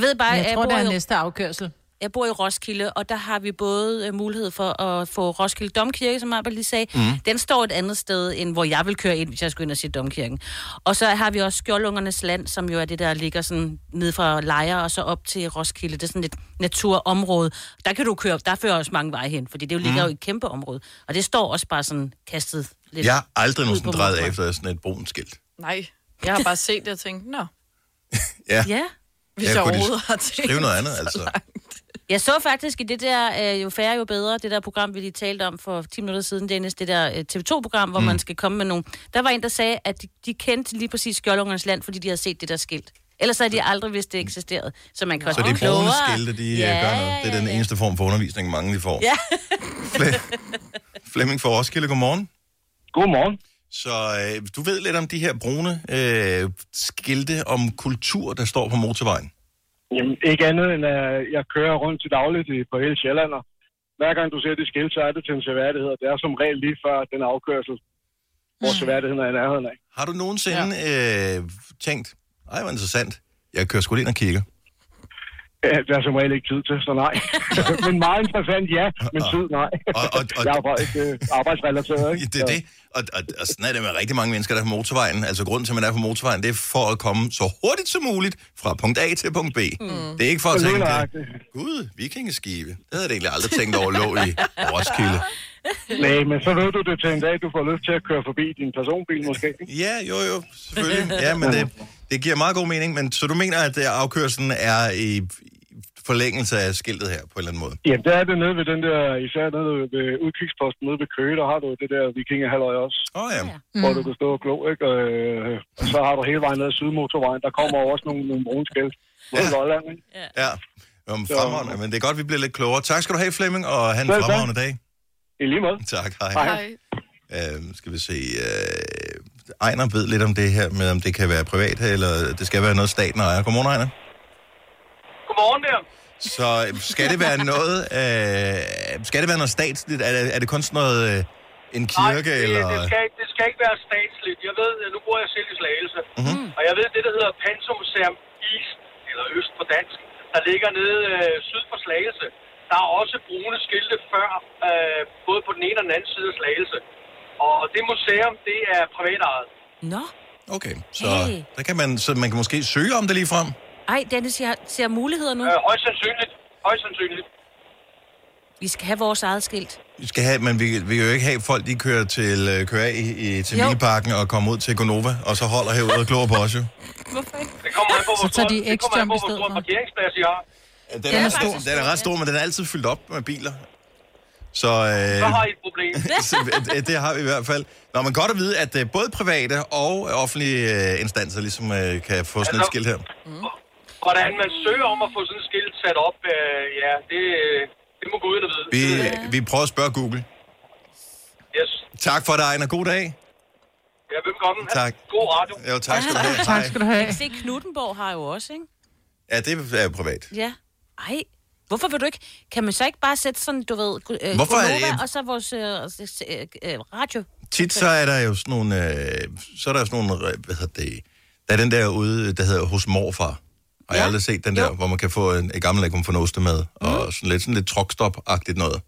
[SPEAKER 4] ved bare,
[SPEAKER 3] Men
[SPEAKER 4] at
[SPEAKER 3] jeg
[SPEAKER 4] jeg,
[SPEAKER 3] tror,
[SPEAKER 4] bor
[SPEAKER 3] der er
[SPEAKER 4] jo,
[SPEAKER 3] næste afkørsel.
[SPEAKER 4] jeg bor i Roskilde, og der har vi både øh, mulighed for at få Roskilde Domkirke, som Arbel lige sagde. Mm.
[SPEAKER 1] Mhm.
[SPEAKER 7] Mm.
[SPEAKER 4] Den står et andet sted, end hvor jeg vil køre ind, hvis jeg skulle ind og se Domkirken. Og så har vi også Skjoldungernes Land, som jo er det, der ligger sådan ned fra Lejre og så op til Roskilde. Det er sådan et naturområde. Der kan du køre op. Der fører også mange veje hen, fordi det jo ligger
[SPEAKER 1] Mm.
[SPEAKER 4] jo i et kæmpe område. Og det står også bare sådan kastet lidt.
[SPEAKER 1] Jeg har aldrig
[SPEAKER 4] ud på
[SPEAKER 1] nogensinde drejet
[SPEAKER 4] motorvejen.
[SPEAKER 1] efter sådan et brunt skilt.
[SPEAKER 2] Nej, jeg har bare set det og tænkt, nå,
[SPEAKER 1] Ja.
[SPEAKER 4] Ja.
[SPEAKER 2] hvis
[SPEAKER 1] Ja,
[SPEAKER 2] jeg, jeg
[SPEAKER 1] kunne de
[SPEAKER 2] overhovedet har tænkt.
[SPEAKER 1] Skriv noget andet, altså.
[SPEAKER 4] Jeg så faktisk i det der, øh, jo færre jo bedre, det der program, vi lige talte om for 10 minutter siden, Dennis, det der øh, TV2-program, hvor mm.
[SPEAKER 1] Mm.
[SPEAKER 4] man skal komme med nogle... Der var en, der sagde, at de, de kendte lige præcis Skjoldungernes Land, fordi de havde set det der skilt. Ellers havde de aldrig vidst, det eksisterede. Så man kan også
[SPEAKER 1] Så de
[SPEAKER 4] blive
[SPEAKER 1] brune
[SPEAKER 4] klogere.
[SPEAKER 1] skilte, de ja, gør noget. Det er den eneste form for undervisning, mange de får.
[SPEAKER 4] Ja.
[SPEAKER 1] Flemming fra Roskilde, godmorgen.
[SPEAKER 11] Godmorgen.
[SPEAKER 1] Så øh, du ved lidt om de her brune øh, skilte om kultur, der står på motorvejen.
[SPEAKER 11] Jamen, ikke andet end, at jeg kører rundt til dagligt i- på hele Sjælland, og hver gang du ser det skilt, så er det til en seværdighed, og det er som regel lige før den afkørsel, hvor seværdigheden er i nærheden af.
[SPEAKER 1] Mm. Har du nogensinde ja. øh, tænkt, ej, hvor interessant, jeg kører sgu lige ind og kigger.
[SPEAKER 11] Ja, det er som regel ikke tid til, så nej. men meget interessant, ja, men tid, nej.
[SPEAKER 1] Og, og, og,
[SPEAKER 11] jeg er bare ikke øh, arbejdsrelateret, ikke?
[SPEAKER 1] Det er det. Og, og, og sådan er det med rigtig mange mennesker, der er på motorvejen. Altså, grunden til, at man er på motorvejen, det er for at komme så hurtigt som muligt fra punkt A til punkt B. Mm. Det er ikke for at
[SPEAKER 11] Så
[SPEAKER 1] tænke,
[SPEAKER 11] lige
[SPEAKER 1] gud, vikingeskibe. Det havde jeg da egentlig aldrig tænkt over, lå i Roskilde.
[SPEAKER 11] Nej, men så ved du det til en dag, du får lyst til at køre forbi din personbil måske.
[SPEAKER 1] Ja, jo, jo, selvfølgelig. Ja, men det, det giver meget god mening. Men, så du mener, at øh, afkørselen er i forlængelse af skiltet her, på en eller anden måde?
[SPEAKER 11] Ja, der er det nede ved den der, især nede ved udkigsposten nede ved Køge, der har du det der vikingehalløj også.
[SPEAKER 1] Åh oh, ja.
[SPEAKER 11] Hvor du kan stå og glo, ikke? Og, øh, og så har du hele vejen ned ad Sydmotorvejen, der kommer jo også nogle, nogle brunskæld. Mod Lolland, ikke?
[SPEAKER 1] Ja. Om fremragende, men det er godt, vi bliver lidt klogere. Tak skal du have, Flemming, og have en
[SPEAKER 11] Selv tak.
[SPEAKER 1] fremragende dag.
[SPEAKER 11] I lige måde.
[SPEAKER 1] Tak, hej. Øhm, skal vi se. Øh, Ejner ved lidt om det her, med om det kan være privat, eller det skal være noget, staten ejer. Godmorgen, Ejner.
[SPEAKER 12] Godmorgen der.
[SPEAKER 1] Så øh, skal det være noget, øh, skal det være noget statsligt? Er det, er det kun sådan noget, øh, en kirke,
[SPEAKER 12] Nej, det,
[SPEAKER 1] eller...
[SPEAKER 12] Det skal, ikke- det skal ikke være statsligt. Jeg ved, nu bor jeg selv i Slagelse, mm-hmm.
[SPEAKER 1] Mhm.
[SPEAKER 12] og jeg ved, det der hedder Pansermuseum East, eller Øst på dansk, der ligger nede øh, syd for Slagelse. Der er også brune skilte før, øh, både på den ene og den anden side af Slagelse. Og det museum, det er privatejet.
[SPEAKER 4] Nå.
[SPEAKER 1] Okay, så der kan man, så man kan måske søge om det lige frem.
[SPEAKER 4] Ej, Dennis, jeg ser muligheder nu.
[SPEAKER 12] Øh, højst sandsynligt. Højst sandsynligt.
[SPEAKER 4] Vi skal have vores eget skilt.
[SPEAKER 1] Vi skal have, men vi, vi kan jo ikke have folk, de kører til øh, kører af i, i, til
[SPEAKER 4] Jo.
[SPEAKER 1] Mileparken og kommer ud til Gonova, og så holder herude og glor på os jo.
[SPEAKER 12] Det kommer an på, hvor
[SPEAKER 3] Så tager
[SPEAKER 12] stor,
[SPEAKER 3] de
[SPEAKER 12] det kommer
[SPEAKER 3] X-Jump i
[SPEAKER 12] an på, hvor
[SPEAKER 3] stedet
[SPEAKER 12] stor
[SPEAKER 3] for.
[SPEAKER 12] parkeringsplads I har.
[SPEAKER 1] Den
[SPEAKER 12] Ja,
[SPEAKER 1] er, ret stor,
[SPEAKER 12] faktisk
[SPEAKER 1] den er ret stor, men den er altid fyldt op med biler. Så, øh,
[SPEAKER 12] Så har I et problem.
[SPEAKER 1] så, øh, det har vi i hvert fald. Nå, men godt at vide, at øh, både private og offentlige øh, instanser ligesom øh, kan få sådan et
[SPEAKER 12] Altså-
[SPEAKER 1] skilt her.
[SPEAKER 12] Hvordan man søger om at få sådan et skilt sat op, øh, ja, det, det må guderne vide.
[SPEAKER 1] Vi, vi prøver at spørge Google.
[SPEAKER 12] Yes.
[SPEAKER 1] Tak for dig, Ejner. God dag.
[SPEAKER 12] Ja, velkommen.
[SPEAKER 1] Tak.
[SPEAKER 12] God radio.
[SPEAKER 1] Jo, tak skal du have. Hej.
[SPEAKER 4] Jeg kan se, Knuttenborg har jo også, ikke?
[SPEAKER 1] Ja, det er jo privat.
[SPEAKER 4] Ja. Ej, hvorfor vil du ikke? Kan man så ikke bare sætte sådan, du ved, øh,
[SPEAKER 1] Hvorfor er-
[SPEAKER 4] Gonova, og så vores øh, øh, øh, radio?
[SPEAKER 1] Tit så er der jo sådan nogle, øh, så er der sådan nogle, øh, hvad hedder det, der er den der ude, der hedder Hos Morfar. Har jeg aldrig set den der, hvor man kan få en, en gammel lækum for en ostemad, og sådan lidt, sådan lidt truckstop-agtigt noget,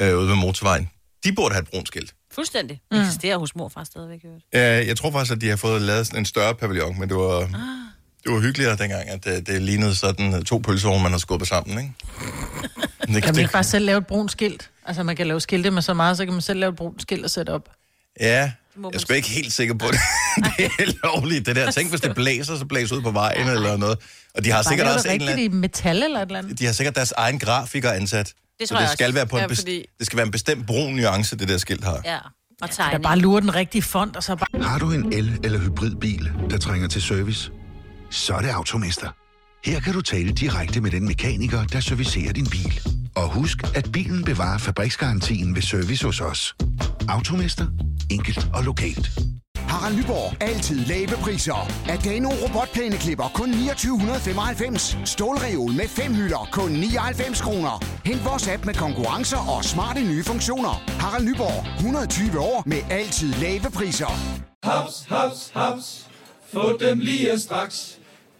[SPEAKER 1] øh, ude ved motorvejen. De burde have et brunt skilt.
[SPEAKER 4] Fuldstændig. Mm. Eksisterer hos morfar stadigvæk, jo.
[SPEAKER 1] Øh, jeg tror faktisk, at de har fået lavet sådan en større pavillon, men det var, ah. det var hyggeligere dengang, at øh, det, det lignede sådan øh, to pølsevogne, man har skubbet sammen, ikke? Det,
[SPEAKER 3] Kan
[SPEAKER 1] kan
[SPEAKER 3] man
[SPEAKER 1] det,
[SPEAKER 3] ikke bare selv lave et brunt skilt? Altså, man kan lave skilte med så meget, så kan man selv lave et brunt skilt og sætte op.
[SPEAKER 1] ja,
[SPEAKER 3] Må man
[SPEAKER 1] jeg er sgu ikke helt sikker på det. det er lovligt, det der. Tænk, hvis det blæser, så blæser ud på vejen eller noget. Og de har
[SPEAKER 3] Bare
[SPEAKER 1] sikkert
[SPEAKER 3] lave
[SPEAKER 1] også
[SPEAKER 3] det
[SPEAKER 1] en eller
[SPEAKER 3] rigtigt
[SPEAKER 1] anden...
[SPEAKER 3] i metal eller et eller andet.
[SPEAKER 1] de har sikkert deres egen grafiker ansat.
[SPEAKER 3] Det
[SPEAKER 1] så
[SPEAKER 3] tror
[SPEAKER 1] det
[SPEAKER 3] jeg også.
[SPEAKER 1] skal være på en
[SPEAKER 3] Ja,
[SPEAKER 1] bes-
[SPEAKER 3] fordi-
[SPEAKER 1] det skal være en bestemt brun nuance, det der skilt har.
[SPEAKER 4] Ja, og
[SPEAKER 3] Der
[SPEAKER 4] tegning.
[SPEAKER 3] bare lurer den rigtige fond, og så bare...
[SPEAKER 13] Har du en el- eller hybridbil, der trænger til service? Så er det Automester. Her kan du tale direkte med den mekaniker, der servicerer din bil. Og husk, at bilen bevarer fabriksgarantien ved service hos os. Automester. Enkelt og lokalt.
[SPEAKER 14] Harald Nyborg. Altid lave priser. Adano robotplæneklipper kun 2995. Stålreol med fem hylder kun 99 kroner. Hent vores app med konkurrencer og smarte nye funktioner. Harald Nyborg. 120 år med altid lave priser.
[SPEAKER 15] Haps, haps, haps. Få dem lige straks.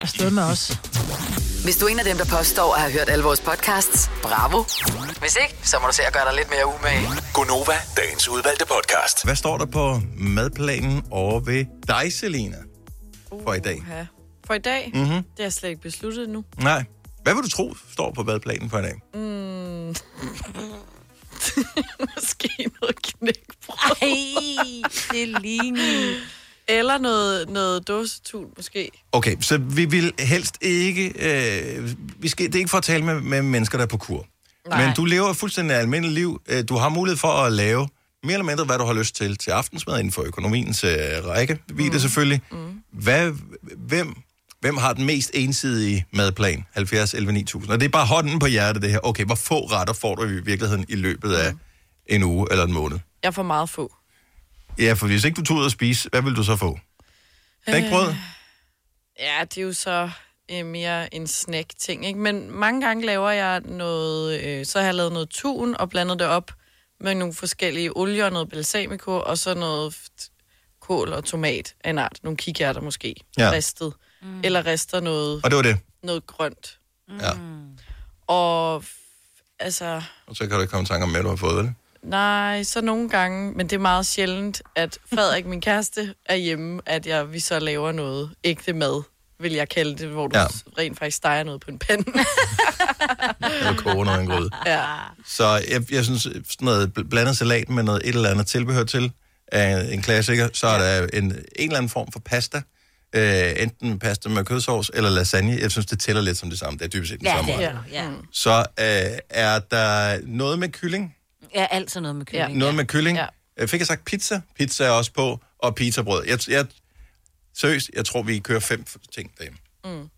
[SPEAKER 3] Afsted med os.
[SPEAKER 5] Hvis du er en af dem, der påstår at have hørt alle vores podcasts, bravo. Hvis ikke, så må du se at gøre dig lidt mere umage.
[SPEAKER 16] Gonova, dagens udvalgte podcast.
[SPEAKER 1] Hvad står der på madplanen over ved dig, Selina, for i dag?
[SPEAKER 2] Ja. For i dag,
[SPEAKER 3] Uh.
[SPEAKER 1] Mhm.
[SPEAKER 2] mm-hmm. det er jeg slet ikke besluttet nu.
[SPEAKER 1] Nej. Hvad vil du tro står på madplanen for i dag?
[SPEAKER 2] Mm. Måske noget knækbrød. Ej, det ligner. Eller noget, noget dåsetun, måske.
[SPEAKER 1] Okay, så vi vil helst ikke... Øh, vi skal, det er ikke for at tale med, med mennesker, der er på kur. Nej.
[SPEAKER 2] Nej.
[SPEAKER 1] Men du lever et fuldstændig almindeligt liv. Øh, Du har mulighed for at lave mere eller mindre, hvad du har lyst til til aftensmad inden for økonomiens øh, række. Vi mm. det selvfølgelig. Mm. Hvad, hvem, Hvem har den mest ensidige madplan? 70, 11, 9000. Og det er bare hånden på hjertet, det her. Okay, hvor få retter får du i virkeligheden i løbet af en uge eller en måned?
[SPEAKER 2] Jeg får meget få.
[SPEAKER 1] Ja, for hvis ikke du tog ud og spise, hvad vil du så få? Knækbrød?
[SPEAKER 2] Øh, ja, det er jo så øh, mere en snack-ting, ikke? Men mange gange laver jeg noget... Øh, så har jeg lavet noget tun og blandet det op med nogle forskellige olier, noget balsamico og så noget f- kål og tomat af en art. Nogle kikærter måske.
[SPEAKER 1] Ja.
[SPEAKER 2] Ja. Ristet. Mm. Eller rister noget...
[SPEAKER 1] Og det var det.
[SPEAKER 2] Noget grønt.
[SPEAKER 1] Ja.
[SPEAKER 2] Og f- altså...
[SPEAKER 1] Og så kan du ikke komme i tanke om, hvad du har fået, vel?
[SPEAKER 2] Nej, så nogle gange, men det er meget sjældent, at Frederik, min kæreste, er hjemme, at jeg, vi så laver noget ægte mad, vil jeg kalde det, hvor du
[SPEAKER 1] Ja.
[SPEAKER 2] ja. rent faktisk steger noget på en pande.
[SPEAKER 1] Eller koge noget i en gryde.
[SPEAKER 4] Ah,
[SPEAKER 2] ja.
[SPEAKER 1] Så jeg, jeg synes, sådan noget bl- blandet salat med noget et eller andet tilbehør til, er en klassiker. Så er der en, en eller anden form for pasta. Øh, enten pasta med kødsovs eller lasagne. Jeg synes, det tæller lidt som det samme. Det er dybest set den
[SPEAKER 4] Ja,
[SPEAKER 1] samme
[SPEAKER 4] det
[SPEAKER 1] ret.
[SPEAKER 4] er det. Ja.
[SPEAKER 1] Så øh, er der noget med kylling.
[SPEAKER 4] ja, altid noget med kylling.
[SPEAKER 1] Noget med kylling. Ja. Fik jeg sagt pizza? Pizza er også på. Og pizzabrød. Jeg, jeg, seriøst, jeg tror, vi kører fem ting derhjemme.
[SPEAKER 4] Mm.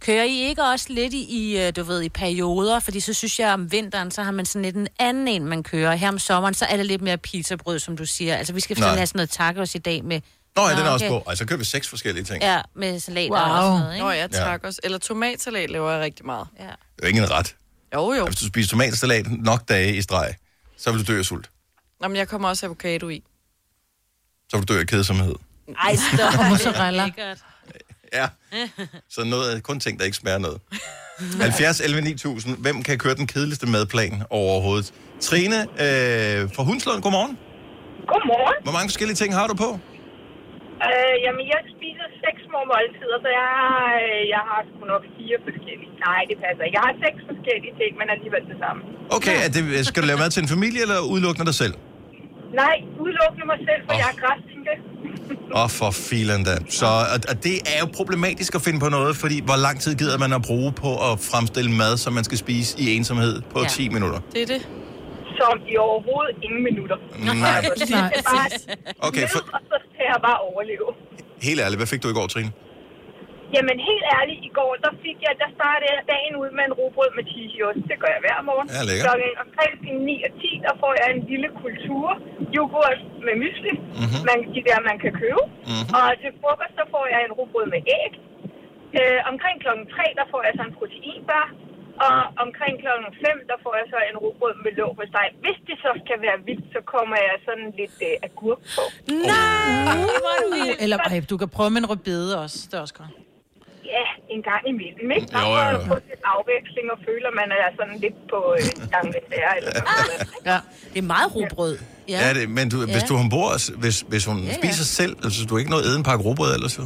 [SPEAKER 4] Kører I ikke også lidt i, i, øh, du ved, i perioder? Fordi så synes jeg, om vinteren, så har man sådan lidt en anden en, man kører. Her om sommeren, så er det lidt mere pizzabrød, som du siger. Altså, vi skal
[SPEAKER 1] Nej.
[SPEAKER 4] sådan have sådan noget tacos i dag med...
[SPEAKER 1] Nå, ja, den er også
[SPEAKER 4] okay.
[SPEAKER 1] på. Altså, kører vi seks forskellige ting.
[SPEAKER 4] Ja, med salat
[SPEAKER 2] Wow.
[SPEAKER 4] og sådan noget, ikke?
[SPEAKER 2] Nå ja,
[SPEAKER 1] Ja.
[SPEAKER 2] tacos. Eller tomatsalat laver jeg rigtig meget.
[SPEAKER 4] Ja.
[SPEAKER 1] Det er jo ikke en ret.
[SPEAKER 2] Jo, jo.
[SPEAKER 1] Hvis du spiser tomatsalat nok dage i streg, så vil du dø af sult.
[SPEAKER 2] Nå, men jeg kommer også avocado i.
[SPEAKER 1] Så vil du dø af kedsomhed.
[SPEAKER 4] Ej, stop.
[SPEAKER 3] Og mozzarella.
[SPEAKER 1] Ja. Så noget af kun ting, der ikke smager noget. 70 11 9000. Hvem kan køre den kedeligste madplan overhovedet? Trine øh, fra Hundslund, godmorgen.
[SPEAKER 17] Godmorgen.
[SPEAKER 1] Hvor mange forskellige ting har du på?
[SPEAKER 17] Øh, jamen, jeg spiser seks små måltider, så jeg har, øh, jeg har sgu nok fire forskellige. Nej, det passer ikke. Jeg har seks forskellige ting, men alligevel det samme.
[SPEAKER 1] Okay, er det, øh, skal du lave mad til en familie, eller udelukkende dig selv?
[SPEAKER 17] Nej, udelukkende mig selv, for
[SPEAKER 1] Åh.
[SPEAKER 17] oh. jeg er græssinke.
[SPEAKER 1] Åh, oh, for filen da. Så, og, og det er jo problematisk at finde på noget, fordi hvor lang tid gider man at bruge på at fremstille mad, som man skal spise i ensomhed på
[SPEAKER 17] Ja.
[SPEAKER 1] ja. 10 minutter?
[SPEAKER 2] Det er det.
[SPEAKER 17] Som i overhovedet ingen minutter.
[SPEAKER 1] Nej.
[SPEAKER 17] Altså, det er bare
[SPEAKER 1] Okay, for,
[SPEAKER 17] ned, og så skal jeg bare overleve.
[SPEAKER 1] helt ærligt, hvad fik du i går, Trine?
[SPEAKER 17] Jamen, helt ærligt, i går, der fik jeg, der startede jeg dagen ud med en robrød med tisjost. Det gør jeg hver morgen.
[SPEAKER 1] Ja, lækkert.
[SPEAKER 17] Klokken omkring til 9 og 10, der får jeg en lille kultur. Yoghurt med mysli.
[SPEAKER 1] Mhm.
[SPEAKER 17] Mm-hmm. Man, de der, man kan købe. Mm-hmm. Og til frokost, der får jeg en robrød med æg. Øh, omkring klokken 3, der får jeg så en proteinbar. Og omkring klokken 5, der får jeg så en robrød med låg på steg. Hvis det så skal være vildt, så kommer jeg sådan lidt øh, agurk på.
[SPEAKER 3] Nej, Eller ej, du kan prøve med en rødbede også. Det er også godt.
[SPEAKER 17] Ja, en gang imellem, ikke?
[SPEAKER 3] Jo,
[SPEAKER 17] Jo,
[SPEAKER 3] jo,
[SPEAKER 17] jo,
[SPEAKER 3] jo.
[SPEAKER 17] jo. Få lidt afveksling og føler, man er sådan lidt på øh, dangletære eller sådan noget.
[SPEAKER 4] Ja. Det er meget rugbrød.
[SPEAKER 1] Ja, ja det, men du, ja. hvis du er ombord, s- hvis, hvis hun ja,
[SPEAKER 17] Ja,
[SPEAKER 1] ja.
[SPEAKER 17] ja.
[SPEAKER 1] spiser selv, altså du har ikke noget at æde en pakke råbrød ellers, jo?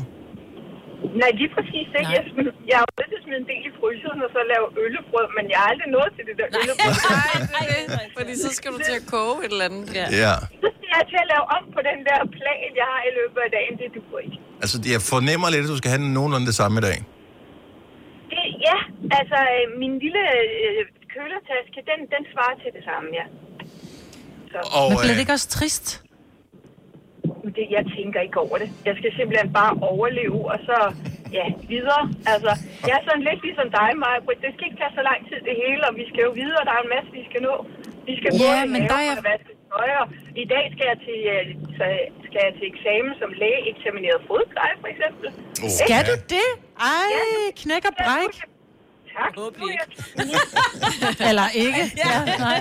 [SPEAKER 17] Nej, lige præcis ikke. Jeg, smid, jeg har jo nødt til at smide en del i fryseren og så lave øllebrød, men jeg har aldrig nået til det der øllebrød.
[SPEAKER 2] Nej, det er det. Fordi så skal du til at koge et eller andet. Ja.
[SPEAKER 1] Ja.
[SPEAKER 17] Så skal jeg til at lave om på den der plan, jeg har i løbet af dagen. Det duer ikke.
[SPEAKER 1] Altså, jeg fornemmer lidt, at du skal have nogenlunde det samme i dag.
[SPEAKER 17] Det, ja, altså øh, min lille øh, kølertaske, den, den svarer til det samme, ja. Så.
[SPEAKER 1] Og,
[SPEAKER 3] Men bliver det ikke også trist?
[SPEAKER 17] Det, jeg tænker ikke over det. Jeg skal simpelthen bare overleve, og så ja, videre. Altså, jeg er sådan lidt ligesom dig, Maja. Det skal ikke tage så lang tid det hele, og vi skal jo videre, og der er en masse, vi skal nå. Vi skal
[SPEAKER 3] Ja,
[SPEAKER 17] både
[SPEAKER 3] men
[SPEAKER 17] lave
[SPEAKER 3] der er-
[SPEAKER 17] og vaske tøj, og I dag skal jeg til, øh, så- skal jeg til eksamen som læge eksamineret fodpleje, for eksempel.
[SPEAKER 3] Skal
[SPEAKER 17] Ikke?
[SPEAKER 3] du det? Ej, knæk og bræk.
[SPEAKER 17] Tak. Nu er jeg
[SPEAKER 3] Eller ikke. Ja, nej.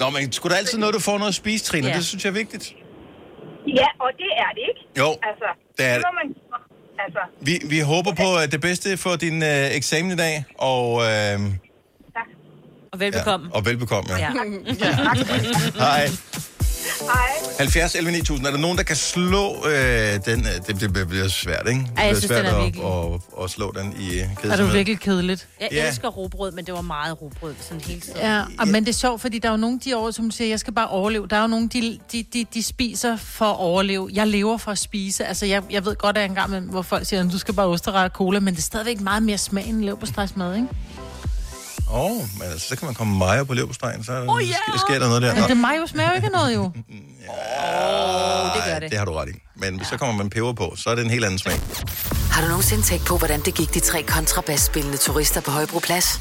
[SPEAKER 1] Nå, men skulle der altid noget, du får noget at spise, Trine?
[SPEAKER 17] Ja.
[SPEAKER 1] Ja. Det synes jeg er vigtigt.
[SPEAKER 17] Ja, og det er det ikke.
[SPEAKER 1] Jo,
[SPEAKER 17] altså,
[SPEAKER 1] det er
[SPEAKER 17] det. Må man, altså,
[SPEAKER 1] Vi, vi håber på øh, det bedste for din øh, eksamen i dag, og... Øh,
[SPEAKER 4] Og velbekomme.
[SPEAKER 1] Ja, og velbekomme, ja.
[SPEAKER 4] Ja.
[SPEAKER 1] ja.
[SPEAKER 4] ja.
[SPEAKER 1] Hej.
[SPEAKER 17] Hej.
[SPEAKER 1] 70 11 9000. Er der nogen, der kan slå øh, den? øh, Det, det, det bliver svært, ikke? Det bliver
[SPEAKER 4] jeg synes,
[SPEAKER 1] svært
[SPEAKER 4] den er
[SPEAKER 1] at, at, at, slå den i øh,
[SPEAKER 3] Er
[SPEAKER 1] kedsomhed.
[SPEAKER 3] du virkelig kedeligt?
[SPEAKER 4] Jeg
[SPEAKER 1] Ja.
[SPEAKER 4] elsker rugbrød, men det var meget rugbrød sådan hele tiden.
[SPEAKER 3] Ja, og, men det er sjovt, fordi der er jo nogle de år, som du siger, jeg skal bare overleve. Der er jo nogle, de, de, de, de spiser for at overleve. Jeg lever for at spise. Altså, jeg, jeg ved godt, at jeg engang, hvor folk siger, at du skal bare osterrej og cola, men det er stadigvæk meget mere smag end leverpostejsmad, ikke?
[SPEAKER 1] Åh, oh, men altså, så kan man komme mejer på leverpostejen, så oh, yeah. sker der noget der.
[SPEAKER 3] Men
[SPEAKER 1] Nå.
[SPEAKER 3] det mayo smager jo ikke af noget, jo.
[SPEAKER 1] Åh, det gør det. Det har du ret i. Men hvis så kommer man peber på, så er det en helt anden smag.
[SPEAKER 5] Har du nogensinde tænkt på, hvordan det gik de tre kontrabasspillende turister på Højbroplads?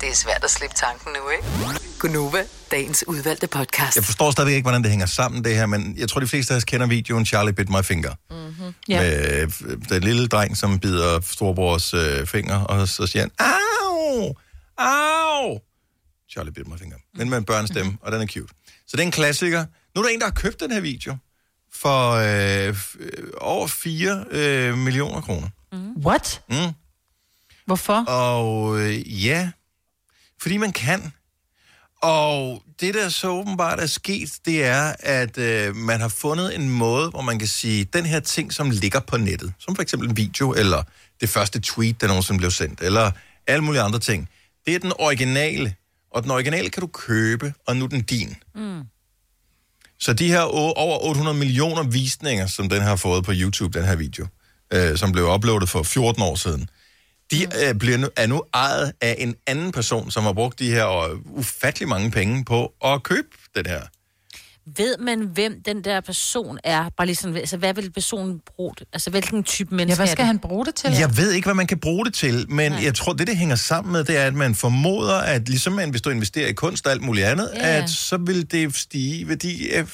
[SPEAKER 5] Det er svært at slippe tanken nu, ikke? Gunova, dagens udvalgte podcast.
[SPEAKER 1] Jeg forstår stadigvæk ikke, hvordan det hænger sammen, det her, men jeg tror, de fleste af os kender videoen Charlie Bit My Finger.
[SPEAKER 5] Mm-hmm.
[SPEAKER 1] Ja. Med øh, den lille dreng, som bider storbrors øh, finger, og så siger han, au, au. Charlie Bit My Finger. Men med en børnestemme, og den er cute. Så det er en klassiker. Nu er der en, der har købt den her video for øh, f- øh, over 4 øh, millioner kroner.
[SPEAKER 3] What?
[SPEAKER 1] Mm.
[SPEAKER 3] Hvorfor?
[SPEAKER 1] Og øh, ja, fordi man kan. Og det, der så åbenbart er sket, det er, at øh, man har fundet en måde, hvor man kan sige, den her ting, som ligger på nettet, som for eksempel en video, eller det første tweet, der nogensinde blev sendt, eller alle mulige andre ting, det er den originale. Og den originale kan du købe, og nu er den din.
[SPEAKER 7] Mm.
[SPEAKER 1] Så de her o- over 800 millioner visninger, som den har fået på YouTube, den her video, øh, som blev uploadet for 14 år siden,
[SPEAKER 4] Mm.
[SPEAKER 1] de øh, bliver nu, er nu ejet af en anden person, som har brugt de her øh, ufattelig mange penge på at købe den her.
[SPEAKER 4] Ved man, hvem den der person er? Bare lige sådan, altså, hvad vil personen bruge det? Altså, hvilken type menneske
[SPEAKER 3] hvad skal
[SPEAKER 4] er
[SPEAKER 3] han bruge det til?
[SPEAKER 1] Jeg ved ikke, hvad man kan bruge det til, men jeg tror, det, det hænger sammen med, det er, at man formoder, at ligesom man, hvis du investerer i kunst og alt muligt andet,
[SPEAKER 4] Ja.
[SPEAKER 1] at så vil det stige i værdi af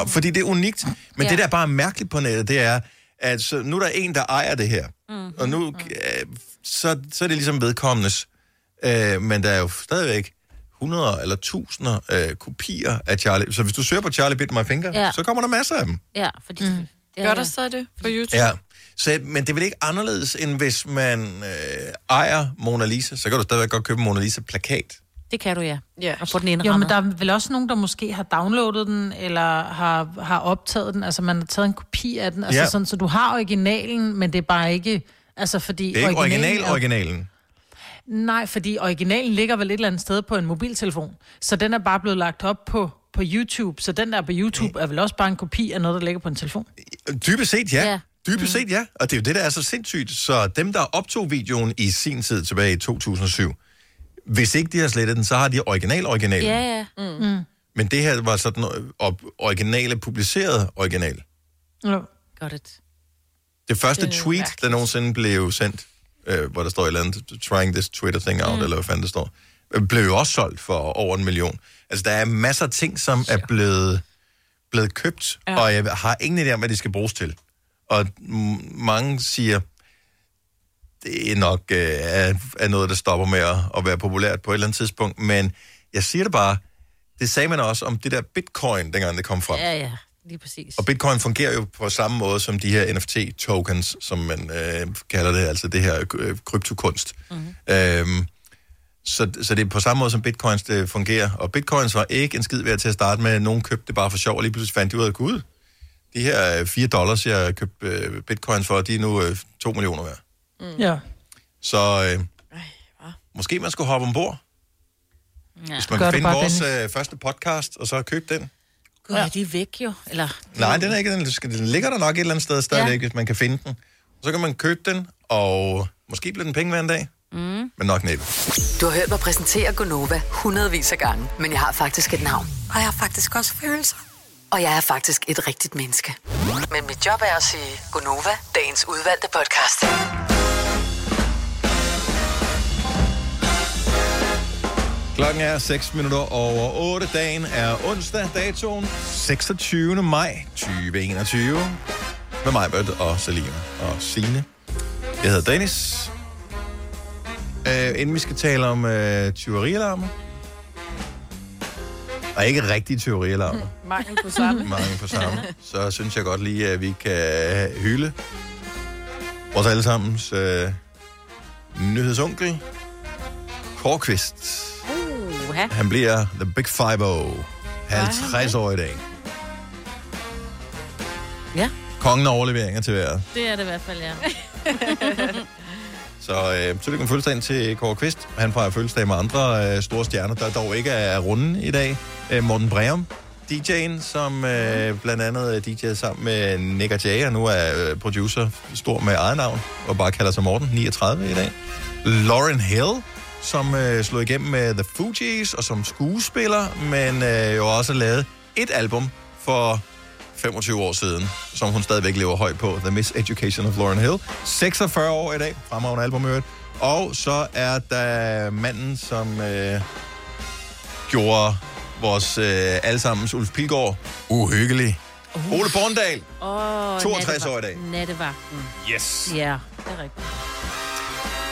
[SPEAKER 1] Og- fordi det er unikt. Men
[SPEAKER 4] Mm. Ja.
[SPEAKER 1] det, der er bare mærkeligt på nettet, det er, at så, nu er der en, der ejer det her.
[SPEAKER 4] Mhm.
[SPEAKER 1] Og nu, øh, så, så er det ligesom vedkommendes. Øh, men der er jo stadigvæk hundreder eller tusinder øh, kopier af Charlie. Så hvis du søger på Charlie Bit My Finger,
[SPEAKER 2] Ja.
[SPEAKER 1] ja. så kommer der masser af dem.
[SPEAKER 4] Ja, fordi... Mm.
[SPEAKER 2] Det Gør der stadig det på YouTube?
[SPEAKER 1] Ja. Så, men det er vel ikke anderledes, end hvis man øh, ejer Mona Lisa, så kan du stadigvæk godt købe en Mona Lisa-plakat.
[SPEAKER 4] Det kan du, ja.
[SPEAKER 2] ja.
[SPEAKER 4] Og få den
[SPEAKER 3] Jo, men
[SPEAKER 4] indrammet.
[SPEAKER 3] der er vel også nogen, der måske har downloadet den, eller har, har optaget den. Altså, man har taget en kopi af den. Altså,
[SPEAKER 1] Ja.
[SPEAKER 3] ja. sådan, så du har originalen, men det er bare ikke... Altså, fordi
[SPEAKER 1] Det er ikke
[SPEAKER 3] er-
[SPEAKER 1] original-originalen.
[SPEAKER 3] Nej, fordi originalen ligger vel et eller andet sted på en mobiltelefon. Så den er bare blevet lagt op på, på YouTube. Så den der er på
[SPEAKER 1] Mm.
[SPEAKER 3] YouTube er vel også bare en kopi af noget, der ligger på en telefon.
[SPEAKER 1] Dybest set ja.
[SPEAKER 3] Ja.
[SPEAKER 1] ja. Mm. Dybest set ja. Og det er jo det, der er så sindssygt. Så dem, der optog videoen i sin tid tilbage i 2007, hvis ikke de har slettet den, så har de original-originalen.
[SPEAKER 4] Ja, ja. Mm. Mm.
[SPEAKER 1] Men det her var sådan øh, op- originale, publiceret original.
[SPEAKER 3] Ja.
[SPEAKER 4] Got it.
[SPEAKER 1] Det første
[SPEAKER 4] Det
[SPEAKER 1] det
[SPEAKER 4] er
[SPEAKER 1] tweet, der nogensinde blev sendt, øh, hvor der står et eller andet, trying this Twitter thing out, mm. eller hvad fanden det står, øh, blev jo også solgt for over en million. Altså, der er masser af ting, som er blevet, blevet købt, ja. og jeg har ingen idé om, hvad de skal bruges til. Og m- mange siger, det er nok øh, er, er noget, der stopper med at, at være populært på et eller andet tidspunkt, men jeg siger det bare, det sagde man også om det der bitcoin, dengang det kom frem.
[SPEAKER 4] Ja, ja. Lige præcis.
[SPEAKER 1] Og bitcoin fungerer jo på samme måde som de her NFT-tokens, som man øh, kalder det, altså det her øh, kryptokunst. Mm-hmm. Øhm, så, så det er på samme måde som bitcoins det fungerer. Og bitcoins var ikke en skid værd til at starte med. Nogen købte det bare for sjov, og lige pludselig fandt de ud af, gud, de her øh, 4 dollars, jeg købte øh, bitcoins for, de er nu øh, 2 millioner værd.
[SPEAKER 3] Ja.
[SPEAKER 1] Så øh, måske man skulle hoppe ombord.
[SPEAKER 4] Ja.
[SPEAKER 1] Hvis man kan finde vores øh, første podcast, og så købe den.
[SPEAKER 4] Gud, ja. de er væk jo. Eller...
[SPEAKER 1] Nej, den, er ikke, den, skal- den ligger der nok et eller andet sted stadigvæk, ja. hvis man kan finde den. Så kan man købe den, og måske bliver den penge hver en dag,
[SPEAKER 5] Mm.
[SPEAKER 1] men nok næppe.
[SPEAKER 5] Du har hørt mig præsentere Gunova hundredvis af gange, men jeg har faktisk et navn. Og jeg har faktisk også følelser. Og jeg er faktisk et rigtigt menneske. Men mit job er at sige Gunova, dagens udvalgte podcast.
[SPEAKER 1] Klokken er 6 minutter over 8. Dagen er onsdag, datoen 26. maj 2021. Med mig, Bert og Selina og Signe. Jeg hedder Dennis. Øh, inden vi skal tale om øh, tyverialarmer. Og ikke rigtige tyverialarmer.
[SPEAKER 2] Mangel på samme.
[SPEAKER 1] mange på samme, så synes jeg godt lige, at vi kan hylde vores allesammens øh, nyhedsonkel, Kårqvist.
[SPEAKER 4] Uh, ja.
[SPEAKER 1] Han bliver The Big Five-O, 50 år i dag.
[SPEAKER 4] Ja.
[SPEAKER 1] Kongen af overleveringer til vejret.
[SPEAKER 4] Det er det i hvert fald, ja.
[SPEAKER 1] Så øh, tillykke med fødselsdagen til Kåre Kvist. Han fejrer fødselsdag med andre øh, store stjerner, der dog ikke er runde i dag. Øh, Morten Breum, DJ'en, som øh, blandt andet er DJ sammen med Nick og Jay, og nu er øh, producer stor med eget navn, og bare kalder sig Morten, 39 i dag. Lauren Hill, som øh, slog igennem med The Fugees og som skuespiller, men øh, jo også lavet et album for 25 år siden, som hun stadigvæk lever højt på, The Miseducation of Lauren Hill. 46 år i dag, fremragende album i øvrigt. Og så er der manden, som øh, gjorde vores øh, allesammens Ulf Pilgaard uhyggelig. Ole Borndal.
[SPEAKER 4] Åh,
[SPEAKER 1] 62 år i dag.
[SPEAKER 4] Nattevagten.
[SPEAKER 1] Yes.
[SPEAKER 4] Ja, det er rigtigt.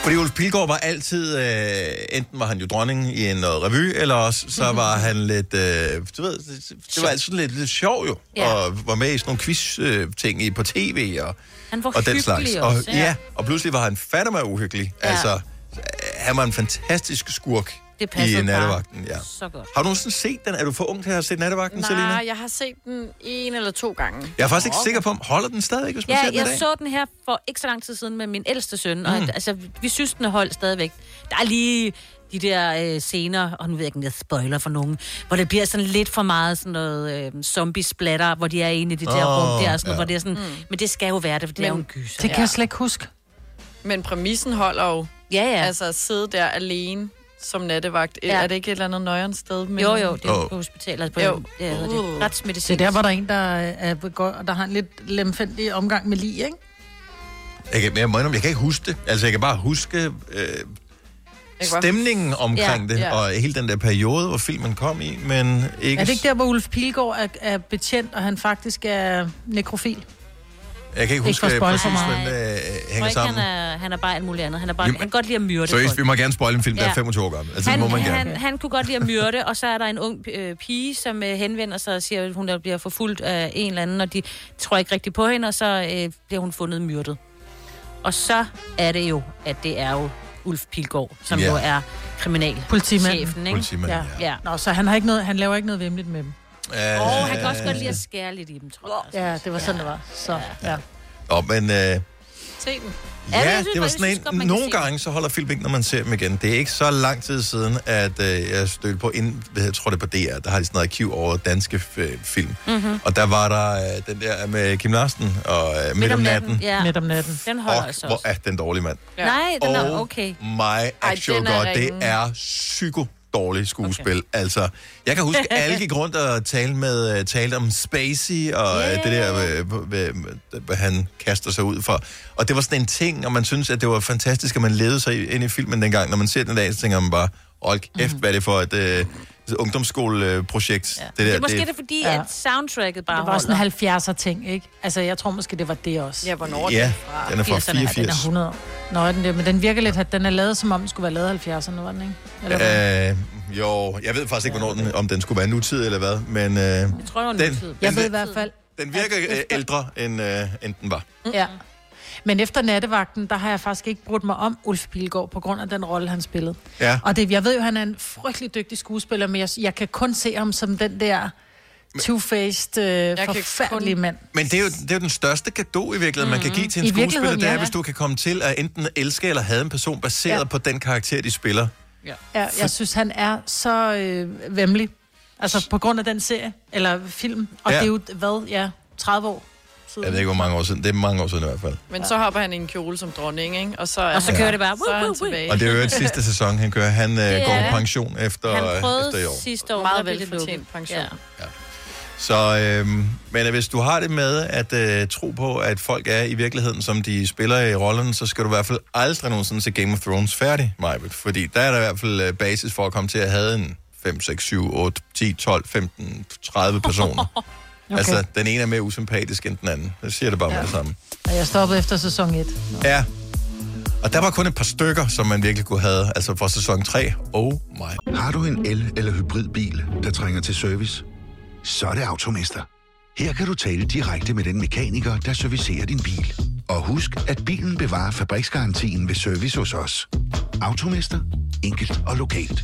[SPEAKER 1] Fordi Ulf Pilgaard var altid, øh, enten var han jo dronning i en øh, revy, eller også
[SPEAKER 4] Mhm.
[SPEAKER 1] så var han lidt, øh, du ved, det, det var altid lidt, lidt sjov jo,
[SPEAKER 4] Ja.
[SPEAKER 1] ja. og var med i sådan nogle quiz-ting i på tv og,
[SPEAKER 4] Han var
[SPEAKER 1] og den
[SPEAKER 4] hyggelig
[SPEAKER 1] slags.
[SPEAKER 4] også,
[SPEAKER 1] og,
[SPEAKER 4] ja.
[SPEAKER 1] ja, og pludselig var han fandeme uhyggelig.
[SPEAKER 4] Ja.
[SPEAKER 1] Ja. Altså, øh, han var en fantastisk skurk
[SPEAKER 2] Det
[SPEAKER 1] i
[SPEAKER 2] passede
[SPEAKER 1] øh,
[SPEAKER 2] bare
[SPEAKER 1] nattevagten. Ja.
[SPEAKER 4] så godt.
[SPEAKER 1] Har du nogensinde set den? Er du for ung til at have set nattevagten, Selina?
[SPEAKER 2] Nej, jeg har set den en eller to gange.
[SPEAKER 1] Jeg er faktisk ikke sikker på, om holder den stadig, hvis man ser
[SPEAKER 4] Ja,
[SPEAKER 1] den i
[SPEAKER 4] jeg
[SPEAKER 1] dag?
[SPEAKER 4] så den her for ikke så lang tid siden med min ældste søn, og
[SPEAKER 1] Mm.
[SPEAKER 4] mm. altså, vi synes, den er holdt stadigvæk. Der er lige de der øh, scener, og nu ved jeg ikke, om jeg spoiler for nogen, hvor det bliver sådan lidt for meget sådan noget øh, zombie-splatter, hvor de er inde i det der
[SPEAKER 3] Åh,
[SPEAKER 4] rum der, og sådan,
[SPEAKER 3] ja.
[SPEAKER 4] ja. hvor det er sådan, mm. men det skal jo være det, for det er jo en gyser.
[SPEAKER 3] Det kan jeg slet ikke huske.
[SPEAKER 2] Men præmissen holder jo.
[SPEAKER 4] Ja, ja.
[SPEAKER 2] Altså at sidde der alene som nattevagt. Ja.
[SPEAKER 4] Ja.
[SPEAKER 2] Er det ikke et eller andet nøjeren sted? Men...
[SPEAKER 4] Jo, jo, det er på hospitalet. altså På
[SPEAKER 2] Jo.
[SPEAKER 4] Ja, hvad hedder det? Retsmedicinsk.
[SPEAKER 3] Det er der, hvor der er en, der, er, begår, der har en lidt lemfældig omgang med lige, ikke?
[SPEAKER 1] Jeg kan, men jeg, må indrømme, jeg kan ikke huske det. Altså, jeg kan bare huske øh, stemningen omkring
[SPEAKER 3] Ja,
[SPEAKER 1] det,
[SPEAKER 3] ja.
[SPEAKER 1] og hele den der periode, hvor filmen kom i, men ikke...
[SPEAKER 3] Er det ikke der, hvor Ulf Pilgaard er, er betjent, og han faktisk er nekrofil?
[SPEAKER 1] jeg kan ikke
[SPEAKER 3] ikke
[SPEAKER 1] huske
[SPEAKER 3] for at
[SPEAKER 1] ikke
[SPEAKER 3] spoil
[SPEAKER 1] præcis,
[SPEAKER 3] for meget?
[SPEAKER 1] hvordan det øh, hænger
[SPEAKER 4] ikke, han
[SPEAKER 1] sammen.
[SPEAKER 4] er, han er bare alt muligt andet. Han, er bare,
[SPEAKER 1] Jo,
[SPEAKER 4] han kan godt lide at myrde
[SPEAKER 1] Seriøst,
[SPEAKER 4] folk.
[SPEAKER 1] vi må gerne spoil en film, der er 25 år gammel. Altså,
[SPEAKER 4] han,
[SPEAKER 1] det må man gerne.
[SPEAKER 4] han, han kunne godt lide at myrde, og så er der en ung øh, pige, som øh, henvender sig og siger, at hun der bliver forfulgt af en eller anden, og de tror ikke rigtigt på hende, og så øh, bliver hun fundet myrdet. Og så er det jo, at det er jo Ulf Pilgaard, som
[SPEAKER 3] Ja.
[SPEAKER 4] ja. jo er kriminal.
[SPEAKER 3] Politimanden.
[SPEAKER 4] Chefen, ikke?
[SPEAKER 1] Politimanden,
[SPEAKER 4] ja. ja.
[SPEAKER 3] Nå, så han, har ikke noget, han laver ikke noget vemmeligt med dem.
[SPEAKER 1] Øh,
[SPEAKER 4] Og han kan også godt lide at skære lidt i dem, tror jeg.
[SPEAKER 3] Ja, det var sådan, det var. Så, ja.
[SPEAKER 1] Nå, men... Øh,
[SPEAKER 4] Se den.
[SPEAKER 1] Ja, det var sådan en... Nogle gange så holder film ikke, når man ser dem igen. Det er ikke så lang tid siden, at øh, jeg stødte på... Ind, hvad hedder- jeg tror, det er på DR. Der har de sådan noget arkiv over danske f- film.
[SPEAKER 4] Mm-hmm.
[SPEAKER 1] Og der var der øh, den der med Kim Larsen og øh, Midt om natten.
[SPEAKER 4] Ja.
[SPEAKER 3] Midt om natten.
[SPEAKER 4] Den holder
[SPEAKER 1] Og
[SPEAKER 4] altså
[SPEAKER 1] hvor
[SPEAKER 4] også.
[SPEAKER 1] er den dårlige mand.
[SPEAKER 4] Ja. Nej, den er
[SPEAKER 1] Oh
[SPEAKER 4] okay.
[SPEAKER 1] My actual
[SPEAKER 4] den er
[SPEAKER 1] god, det
[SPEAKER 4] ringe.
[SPEAKER 1] er psyko dårligt skuespil. Okay. Altså, jeg kan huske, alle gik rundt og talte, med, øh, talte om Spacey, og yeah. det der, øh, øh, øh, han kaster sig ud for. Og det var sådan en ting, og man synes at det var fantastisk, at man levede sig ind i filmen dengang. Når man ser den i dag, så tænker man bare, hold kæft,
[SPEAKER 4] Mhm.
[SPEAKER 1] hvad er det for et øh, ungdomsskoleprojekt? Ja.
[SPEAKER 4] Det, der, det er måske det, det fordi, ja. at soundtracket bare
[SPEAKER 3] Det var
[SPEAKER 4] holder.
[SPEAKER 3] sådan en 70'er ting, ikke? Altså, jeg tror måske, det var det også. Ja,
[SPEAKER 2] hvornår
[SPEAKER 1] er Ja, den fra? den er fra
[SPEAKER 3] 84. Ja, den er
[SPEAKER 1] 84.
[SPEAKER 3] 100 år. Nå, er den det, men den virker lidt, at den er lavet, som om den skulle være lavet i 70'erne, var den ikke? Eller hvad?
[SPEAKER 1] Øh, jo, jeg ved faktisk ikke, hvornår den, om den skulle være nutid eller hvad, men øh, jeg
[SPEAKER 4] tror, den,
[SPEAKER 1] den,
[SPEAKER 3] jeg ved i
[SPEAKER 1] den,
[SPEAKER 3] hvert fald,
[SPEAKER 1] den virker øh, ældre, end, øh, end den var.
[SPEAKER 3] ja. Men efter nattevagten, der har jeg faktisk ikke brudt mig om Ulf Pilgaard, på grund af den rolle, han spillede.
[SPEAKER 1] Ja.
[SPEAKER 3] Og det, jeg ved jo, han er en frygtelig dygtig skuespiller, men jeg, jeg kan kun se ham som den der two-faced,
[SPEAKER 2] kan
[SPEAKER 3] øh, forfærdelige
[SPEAKER 2] kun-
[SPEAKER 3] mand.
[SPEAKER 1] Men det er, jo, det er jo den største gave i virkeligheden, mm. man kan give til en
[SPEAKER 3] I
[SPEAKER 1] skuespiller,
[SPEAKER 3] virkeligheden,
[SPEAKER 1] det er,
[SPEAKER 3] ja.
[SPEAKER 1] hvis du kan komme til at enten elske eller have en person baseret
[SPEAKER 3] Ja.
[SPEAKER 1] ja. på den karakter, de spiller.
[SPEAKER 3] Ja. ja jeg synes, han er så øh, vemmelig. Altså, på grund af den serie, eller film. Og ja.
[SPEAKER 1] Ja.
[SPEAKER 3] det er jo, hvad, ja, 30 år siden.
[SPEAKER 1] Jeg ved ikke, hvor mange år siden. Det er mange år siden i hvert fald.
[SPEAKER 2] Men så hopper han i en kjole som dronning, ikke? Og så, er
[SPEAKER 1] Og så
[SPEAKER 2] han-
[SPEAKER 1] kører det
[SPEAKER 4] bare,
[SPEAKER 2] Så er han tilbage.
[SPEAKER 1] Og det er jo et sidste sæson, han kører. Han
[SPEAKER 2] Det
[SPEAKER 1] øh, går
[SPEAKER 2] er
[SPEAKER 1] på
[SPEAKER 2] det.
[SPEAKER 1] pension efter, øh,
[SPEAKER 2] Han prøvede
[SPEAKER 1] efter i år.
[SPEAKER 4] sidste år.
[SPEAKER 2] Meget
[SPEAKER 4] der blev det
[SPEAKER 2] velfortjent
[SPEAKER 4] lukket.
[SPEAKER 2] pension. Ja.
[SPEAKER 1] Så, øh, men øh, hvis du har det med at øh, tro på, at folk er i virkeligheden, som de spiller i rollen, så skal du i hvert fald aldrig nogensinde se Game of Thrones færdig, Majbet. Fordi der er der i hvert fald øh, basis for at komme til at have en 5, 6, 7, 8, 10, 12, 15, 30 personer. okay. Altså, den ene er mere usympatisk end den anden. Jeg siger det bare ja. med det samme.
[SPEAKER 3] Og jeg stoppede efter sæson 1.
[SPEAKER 1] Ja. Og der var kun et par stykker, som man virkelig kunne have. Altså fra sæson 3. Oh my.
[SPEAKER 13] Har du en el- eller hybridbil, der trænger til service? Så er det Automester. Her kan du tale direkte med den mekaniker, der servicerer din bil. Og husk, at bilen bevarer fabriksgarantien ved service hos os. Automester. Enkelt og lokalt.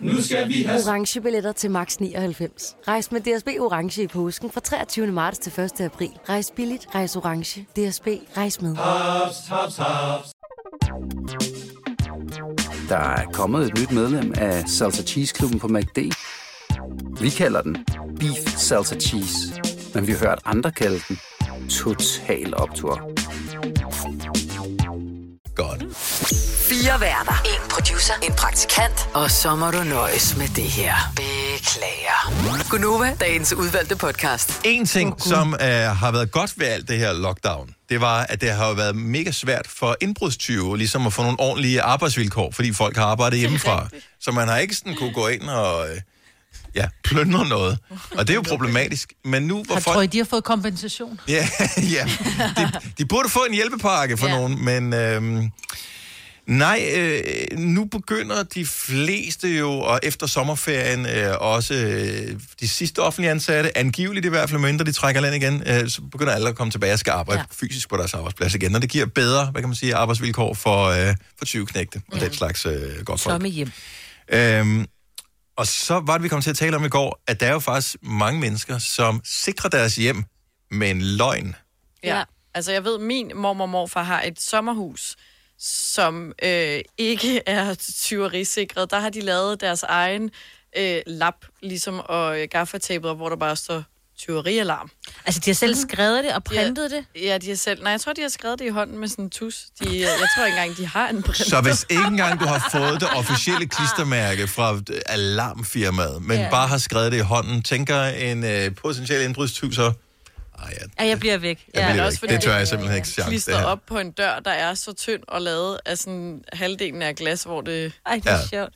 [SPEAKER 15] Nu skal vi have...
[SPEAKER 18] orange billetter til max 99. Rejs med DSB orange i påsken fra 23. marts til 1. april. Rejs billigt, rejs orange. DSB rejs med.
[SPEAKER 15] Haps, haps, haps.
[SPEAKER 10] Der er kommet et nyt medlem af Salsa Cheese Klubben på MACD. Vi kalder den Beef Salsa Cheese, men vi har hørt andre kalde den Total Optor.
[SPEAKER 1] Godt.
[SPEAKER 5] Fire værter. En producer. En praktikant. Og så må du nøjes med det her. Beklager. Gunova, dagens udvalgte podcast.
[SPEAKER 1] En ting, som øh, har været godt ved alt det her lockdown, det var, at det har jo været mega svært for indbrudstyve ligesom at få nogle ordentlige arbejdsvilkår, fordi folk har arbejdet hjemmefra. Så man har ikke sådan kunne gå ind og øh, ja, plyndre noget. Og det er jo problematisk. Men nu, hvor
[SPEAKER 3] Jeg tror,
[SPEAKER 1] folk...
[SPEAKER 3] I, de har fået kompensation.
[SPEAKER 1] Ja, ja. De, de burde få en hjælpepakke for ja. nogen, men øhm, nej, øh, nu begynder de fleste jo, og efter sommerferien øh, også øh, de sidste offentlige ansatte, angiveligt i hvert fald, mindre de trækker land igen, øh, så begynder alle at komme tilbage og skal arbejde ja. fysisk på deres arbejdsplads igen, og det giver bedre, hvad kan man sige, arbejdsvilkår for, øh, for 20 knægte og den slags øh, godt folk.
[SPEAKER 4] Tomme hjem.
[SPEAKER 1] Øhm, og så var det, vi kom til at tale om i går, at der er jo faktisk mange mennesker, som sikrer deres hjem med en løgn.
[SPEAKER 2] Ja. Altså, jeg ved, min mormor og morfar har et sommerhus, som øh, ikke er tyverisikret. Der har de lavet deres egen øh, lap, ligesom og øh, gaffataber, hvor der bare står tyverialarm.
[SPEAKER 4] Altså, de har selv skrevet det og printet
[SPEAKER 2] de har, det? Ja, de har selv... Nej, jeg tror, de har skrevet det i hånden med sådan en tus. De, øh, jeg tror ikke engang, de har en print.
[SPEAKER 1] Så hvis ikke engang du har fået det officielle klistermærke fra øh, alarmfirmaet, men
[SPEAKER 4] Ja.
[SPEAKER 1] ja. bare har skrevet det i hånden, tænker en øh, potentiel indbrudstyv så,
[SPEAKER 4] Ja, jeg bliver væk.
[SPEAKER 1] Jeg bliver væk. Det tør jeg simpelthen ikke chance, det
[SPEAKER 2] Klister
[SPEAKER 1] her.
[SPEAKER 2] øh, op på en dør, der er så tynd og lavet af sådan halvdelen af glas, hvor det...
[SPEAKER 4] Ej, det er ja. sjovt.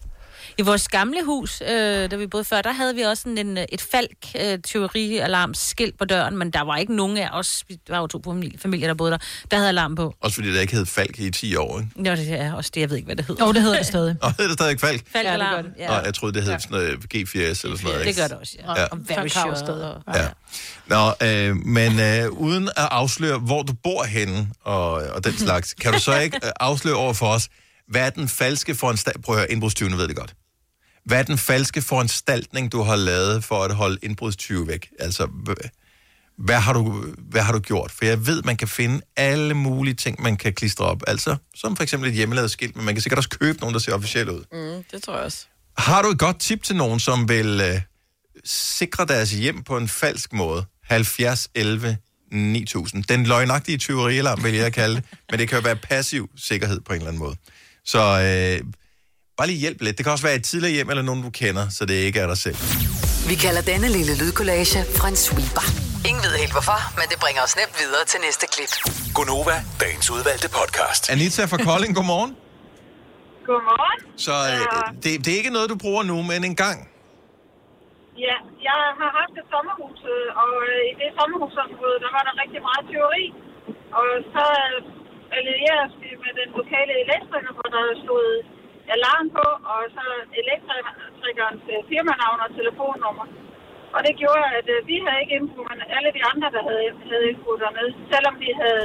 [SPEAKER 4] I vores gamle hus, øh, der vi boede før, der havde vi også sådan en, øh, et falk øh, teorialarm skilt på døren, men der var ikke nogen af os, vi var jo to familie- familier, der boede der, der havde alarm på.
[SPEAKER 1] også fordi det ikke hed Falk i 10 år, ikke?
[SPEAKER 4] Nå, det er også det, jeg ved ikke, hvad det hedder.
[SPEAKER 3] Jo, det hedder det stadig.
[SPEAKER 1] Og hedder det stadig Falk?
[SPEAKER 4] Falk alarm.
[SPEAKER 1] Ja. Og jeg troede, det hed ja. sådan noget G4S eller sådan noget.
[SPEAKER 4] Det
[SPEAKER 1] ikke?
[SPEAKER 4] gør det også, ja.
[SPEAKER 1] Ja.
[SPEAKER 4] Og Varisure og
[SPEAKER 1] Ja. Nå, øh, men øh, uden at afsløre, hvor du bor henne og, og den slags, kan du så ikke øh, afsløre over for os, hvad er den falske foranstaltning, prøv at høre, indbrudstyvene ved det godt. Hvad er den falske foranstaltning, du har lavet for at holde indbrudstyve væk? Altså, hv- hvad har, du, hvad har du gjort? For jeg ved, man kan finde alle mulige ting, man kan klistre op. Altså, som for eksempel et hjemmelavet skilt, men man kan sikkert også købe nogen, der ser officielt ud.
[SPEAKER 2] Mm, det tror jeg også.
[SPEAKER 1] Har du et godt tip til nogen, som vil øh, sikre deres hjem på en falsk måde? 70 11 9000. Den løgnagtige tyverialarm, vil jeg kalde det. Men det kan jo være passiv sikkerhed på en eller anden måde. Så øh, bare lige hjælp lidt. Det kan også være et tidligere hjem eller nogen, du kender, så det ikke er dig selv.
[SPEAKER 5] Vi kalder denne lille lydkollage Frans sweeper. Ingen ved helt hvorfor, men det bringer os nemt videre til næste klip.
[SPEAKER 16] Gunova, dagens udvalgte podcast.
[SPEAKER 1] Anita fra Kolding, godmorgen.
[SPEAKER 17] Godmorgen.
[SPEAKER 1] Så øh, det, det er ikke noget, du bruger nu, men en gang.
[SPEAKER 17] Ja, jeg har haft et sommerhus, øh, og øh, i det sommerhusområde, der var der rigtig meget teori. Og så øh, allierede vi med den lokale elektriker, hvor der stod alarm på, og så elektrikernes øh, firmanavn og telefonnummer. Og det gjorde, at øh, vi havde ikke info, men alle de andre, der havde, havde info dernede, selvom vi havde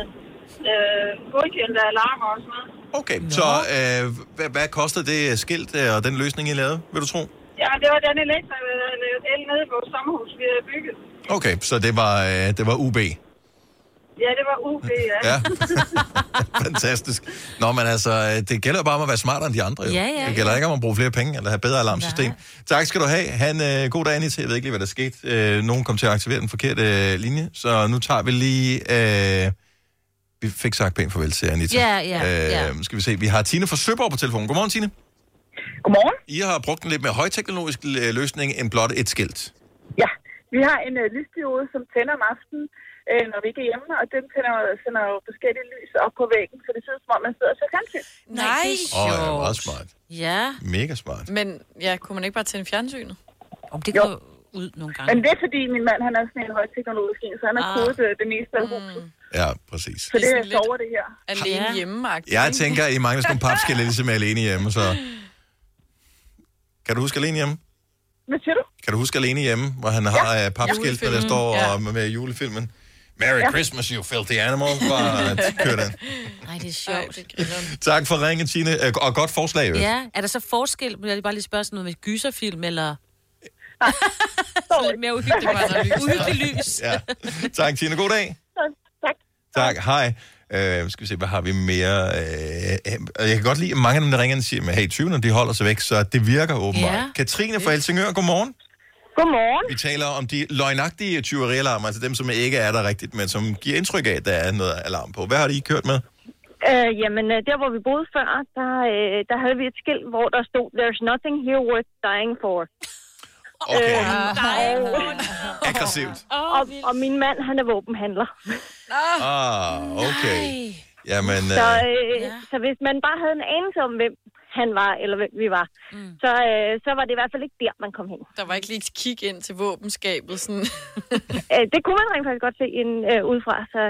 [SPEAKER 17] øh, godkendte alarmer og sådan noget.
[SPEAKER 1] Okay, Nå. så øh, hvad, hvad kostede det skilt øh, og den løsning, I lavede, vil du tro?
[SPEAKER 17] Ja, det var den elektriker, der havde lavet el nede i vores sommerhus, vi havde bygget.
[SPEAKER 1] Okay, så det var, øh, det var UB.
[SPEAKER 17] Ja, det var UB, ja.
[SPEAKER 1] Ja. Fantastisk. Nå, men altså, øh, det gælder jo bare om at være smartere end de andre. Jo.
[SPEAKER 17] Ja, ja,
[SPEAKER 1] det gælder ikke om at bruge flere penge eller have bedre alarmsystem. Nej. Tak skal du have. Han øh, god dag, Anita. Jeg ved ikke lige, hvad der skete. Øh, nogen kom til at aktivere den forkerte øh, linje, så nu tager vi lige... Øh, vi fik sagt pænt farvel til Anita.
[SPEAKER 7] Ja, ja, ja.
[SPEAKER 1] Øh, skal vi se. Vi har Tine fra Søborg på telefonen. Godmorgen, Tine.
[SPEAKER 17] Godmorgen.
[SPEAKER 1] I har brugt en lidt mere højteknologisk øh, løsning end blot et skilt.
[SPEAKER 19] Ja, vi har en øh, lysdiode, som tænder om aftenen, øh, når vi ikke er hjemme, og den tænder, sender jo forskellige lys op på væggen, så det ser ud som om, man sidder og ser fjernsyn.
[SPEAKER 2] Nej.
[SPEAKER 1] Åh, oh, ja, meget smart.
[SPEAKER 2] Ja.
[SPEAKER 1] Mega smart.
[SPEAKER 2] Men ja, kunne man ikke bare tænde fjernsynet?
[SPEAKER 4] Om det går ud nogle
[SPEAKER 19] Men det er fordi, min mand han er sådan en højteknologisk en, så han har
[SPEAKER 2] Ah.
[SPEAKER 19] kodet øh, det meste af huset.
[SPEAKER 1] Ja, præcis.
[SPEAKER 19] Så det er sover det her.
[SPEAKER 2] Ligesom Alene ja. hjemme
[SPEAKER 1] Jeg tænker, I mangler sådan nogle papskiller, ligesom er alene hjemme, så... Kan du huske alene hjemme?
[SPEAKER 19] Hvad siger du?
[SPEAKER 1] Kan du huske alene hjemme, hvor han har ja. papskilt, der
[SPEAKER 19] Julefilmen,
[SPEAKER 1] står
[SPEAKER 19] ja.
[SPEAKER 1] ja. med julefilmen? Merry
[SPEAKER 19] Ja.
[SPEAKER 1] ja. Christmas, you filthy animal. Bare kører den.
[SPEAKER 4] Ej, det er sjovt.
[SPEAKER 1] Tak for ringen, Tine, øh, og godt forslag. jo.
[SPEAKER 4] ja, er der så forskel? Vil jeg bare lige spørge sådan noget med gyserfilm, eller... lidt mere uhyggeligt,
[SPEAKER 2] altså
[SPEAKER 4] bare. Uhyggeligt lys.
[SPEAKER 1] Ja. Tak, Tine. God dag.
[SPEAKER 19] Tak.
[SPEAKER 1] Tak. Hej. Øh, skal vi se, hvad har vi mere? Øh, øh, og jeg kan godt lide, at mange af dem, der ringer, siger, at hey, 20'erne, de holder sig væk, så det virker åbenbart.
[SPEAKER 19] Ja.
[SPEAKER 1] Ja. Katrine fra Helsingør, godmorgen.
[SPEAKER 19] Godmorgen.
[SPEAKER 1] Vi taler om de løgnagtige tyverialarmer, altså dem, som ikke er der rigtigt, men som giver indtryk af, at der er noget alarm på. Hvad har de kørt med?
[SPEAKER 20] Øh, jamen, øh, der hvor vi boede før, der, øh, der havde vi et skilt, hvor der stod, There's nothing here worth dying for.
[SPEAKER 1] Okay.
[SPEAKER 20] Øh, og,
[SPEAKER 1] Aggressivt.
[SPEAKER 20] og, og min mand, han er våbenhandler.
[SPEAKER 1] Ah, okay. Jamen,
[SPEAKER 20] Så,
[SPEAKER 1] øh,
[SPEAKER 20] øh, så hvis man bare havde en anelse om, hvem han var, eller hvem vi var, mm. så, øh, så var det i hvert fald ikke der, man kom hen.
[SPEAKER 2] Der var ikke lige et kig ind til våbenskabet, sådan.
[SPEAKER 20] Øh, det kunne man rent faktisk godt se ind, øh, udefra. Så.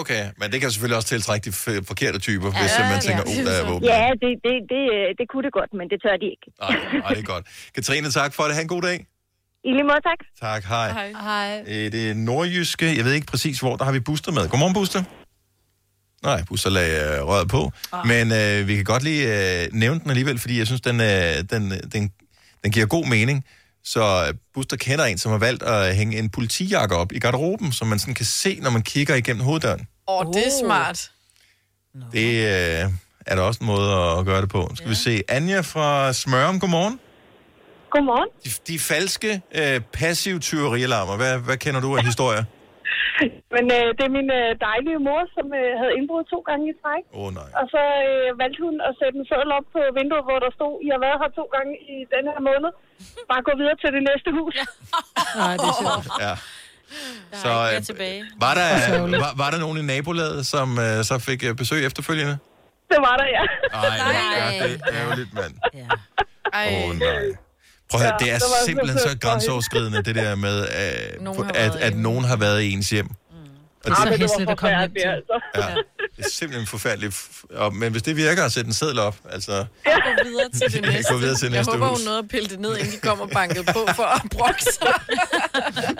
[SPEAKER 1] okay. Men det kan selvfølgelig også tiltrække de f- forkerte typer, hvis øh, man tænker, åh, oh, der er våben.
[SPEAKER 20] Ja, det, det, det, øh, det kunne det godt, men det tør de ikke.
[SPEAKER 1] Ej, Ah, det er godt. Katrine, tak for det. Ha' en god dag.
[SPEAKER 20] I lige måde, tak.
[SPEAKER 1] Tak, hej.
[SPEAKER 20] Hej.
[SPEAKER 1] Øh, Det er nordjyske. Jeg ved ikke præcis, hvor. Der har vi Buster med. Godmorgen, Buster. Nej, Buster lagde øh, røret på. Ah. Men øh, vi kan godt lige øh, nævne den alligevel, fordi jeg synes, den, øh, den, øh, den, den giver god mening. Så øh, Buster kender en, som har valgt at hænge en politijakke op i garderoben, som man sådan kan se, når man kigger igennem hoveddøren.
[SPEAKER 2] Åh, oh, det er smart.
[SPEAKER 1] Det øh, er der også en måde at gøre det på. Skal ja. vi se. Anja fra Smørum, godmorgen.
[SPEAKER 20] Godmorgen.
[SPEAKER 1] De, de falske, øh, passive tyverialarmer. Hvad, hvad kender du af historier?
[SPEAKER 19] Men øh, det er min øh, dejlige mor, som øh, havde indbrud to gange i træk.
[SPEAKER 1] Åh, oh, nej.
[SPEAKER 19] Og så øh, valgte hun at sætte en seddel op på vinduet, hvor der stod, I har været her to gange i den her måned. Bare gå videre til det næste hus.
[SPEAKER 3] Nej, det er sjovt.
[SPEAKER 1] Ja. Så
[SPEAKER 3] mere
[SPEAKER 1] øh,
[SPEAKER 3] tilbage.
[SPEAKER 1] var,
[SPEAKER 3] Og
[SPEAKER 1] der,
[SPEAKER 3] sørgeligt.
[SPEAKER 1] var, var der nogen i nabolaget, som øh, så fik øh, besøg efterfølgende?
[SPEAKER 19] Det var der, ja.
[SPEAKER 1] Ej, ja, det er ærgerligt, mand.
[SPEAKER 2] Ej.
[SPEAKER 1] Åh, nej. Prøv at høre,
[SPEAKER 2] Ja,
[SPEAKER 1] det er
[SPEAKER 2] der var
[SPEAKER 1] simpelthen så
[SPEAKER 2] simpelthen-
[SPEAKER 1] grænseoverskridende, det der med, øh,
[SPEAKER 2] Nogen har
[SPEAKER 1] at,
[SPEAKER 2] været Mm.
[SPEAKER 1] at nogen har været i ens hjem. Og
[SPEAKER 19] Ej, men
[SPEAKER 1] det,
[SPEAKER 19] det var forfærdeligt, det, altså.
[SPEAKER 1] ja, det er simpelthen forfærdeligt. F- Og, men hvis det virker at sætte en seddel op, altså...
[SPEAKER 2] Ja. Gå videre til det
[SPEAKER 1] Ja, gå
[SPEAKER 2] næste.
[SPEAKER 1] videre til
[SPEAKER 2] jeg
[SPEAKER 1] næste
[SPEAKER 2] håber,
[SPEAKER 1] hus.
[SPEAKER 2] hun nåede at pille det ned, inden de kommer banket på for at brokke sig.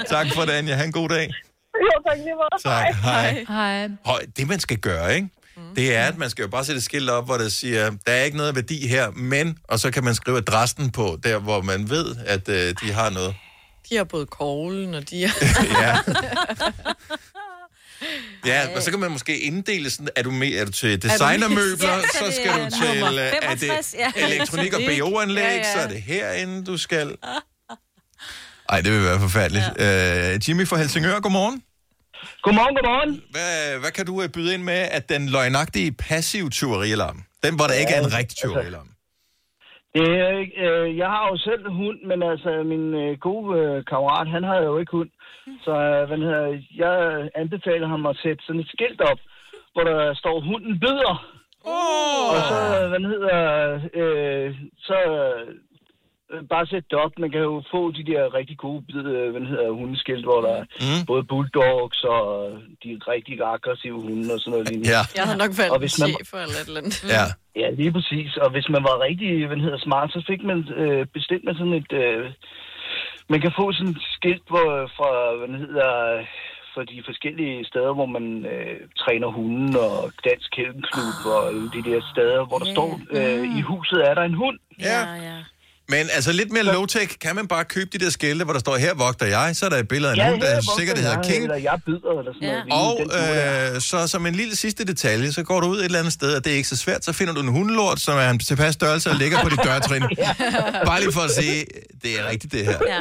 [SPEAKER 1] Tak for det, Anja. Ha' en god dag.
[SPEAKER 19] Jo, tak lige meget.
[SPEAKER 1] Tak. Hej.
[SPEAKER 3] Hej.
[SPEAKER 1] Høj, det man skal gøre, ikke? Det er, at man skal jo bare sætte et skilt op, hvor der siger, der er ikke noget værdi her, men, og så kan man skrive adressen på, der hvor man ved, at øh, de har noget.
[SPEAKER 2] De har både koglen, og de har...
[SPEAKER 1] Ja. Ja, og så kan man måske inddele sådan, er du, med, er du til designermøbler,
[SPEAKER 7] Ja, så
[SPEAKER 1] så
[SPEAKER 7] det
[SPEAKER 1] skal
[SPEAKER 7] er
[SPEAKER 1] du til
[SPEAKER 7] nummer
[SPEAKER 1] øh, er det
[SPEAKER 7] 65, ja.
[SPEAKER 1] elektronik og BO-anlæg,
[SPEAKER 7] Ja, ja.
[SPEAKER 1] så er det herinde, du skal. Ej, det vil være forfærdeligt. Ja. Øh, Jimmy fra Helsingør, godmorgen.
[SPEAKER 21] Godmorgen, godmorgen.
[SPEAKER 1] Hvad, hvad kan du øh, byde ind med, at den løgnagtige passiv tyverialarm, den hvor der ikke er en rigtig
[SPEAKER 21] Altså-
[SPEAKER 1] tyverialarm?
[SPEAKER 21] Det er, ikke- øh, jeg har jo selv en hund, men altså min øh, gode øh, kammerat, han har jo ikke hund. Så øh, hvad den hedder, jeg anbefaler ham at sætte sådan et skilt op, hvor der står, hunden bider.
[SPEAKER 1] Oh.
[SPEAKER 21] Og så, øh, hvad den hedder, øh, så øh, bare sæt det op. Man kan jo få de der rigtig gode bid, øh, hvad den hedder, hundeskilt, hvor der mm.
[SPEAKER 1] Mm.
[SPEAKER 21] både bulldogs og de rigtig aggressive hunde og sådan noget lignende.
[SPEAKER 1] Ja.
[SPEAKER 2] Jeg havde nok
[SPEAKER 21] Og
[SPEAKER 2] valgt en
[SPEAKER 21] hvis man-
[SPEAKER 2] chef eller et eller andet.
[SPEAKER 1] Ja.
[SPEAKER 21] Ja, lige præcis. Og hvis man var rigtig hvad den hedder, smart, så fik man øh, bestemt med sådan et... Øh, man kan få sådan et skilt hvor, fra, hvad den hedder, for de forskellige steder, hvor man øh, træner hunden og dansk kældenklub oh. og alle de der steder, hvor der yeah. står, øh, i huset er der en hund.
[SPEAKER 1] Ja,
[SPEAKER 4] ja.
[SPEAKER 1] Men altså lidt mere low-tech, kan man bare købe de der skilte, hvor der står, her vogter jeg, så er der et billede af en
[SPEAKER 21] Ja,
[SPEAKER 1] hund,
[SPEAKER 21] her
[SPEAKER 1] der
[SPEAKER 21] vogter
[SPEAKER 1] sikkert hedder
[SPEAKER 21] jeg,
[SPEAKER 1] King,
[SPEAKER 21] Eller jeg bider, eller sådan ja. noget.
[SPEAKER 1] Og øh, så som en lille sidste detalje, så går du ud et eller andet sted, og det er ikke så svært, så finder du en hundelort, som er en tilpas størrelse og ligger på dit dørtrin. Bare lige for at sige, det er rigtigt det her.
[SPEAKER 4] Ja.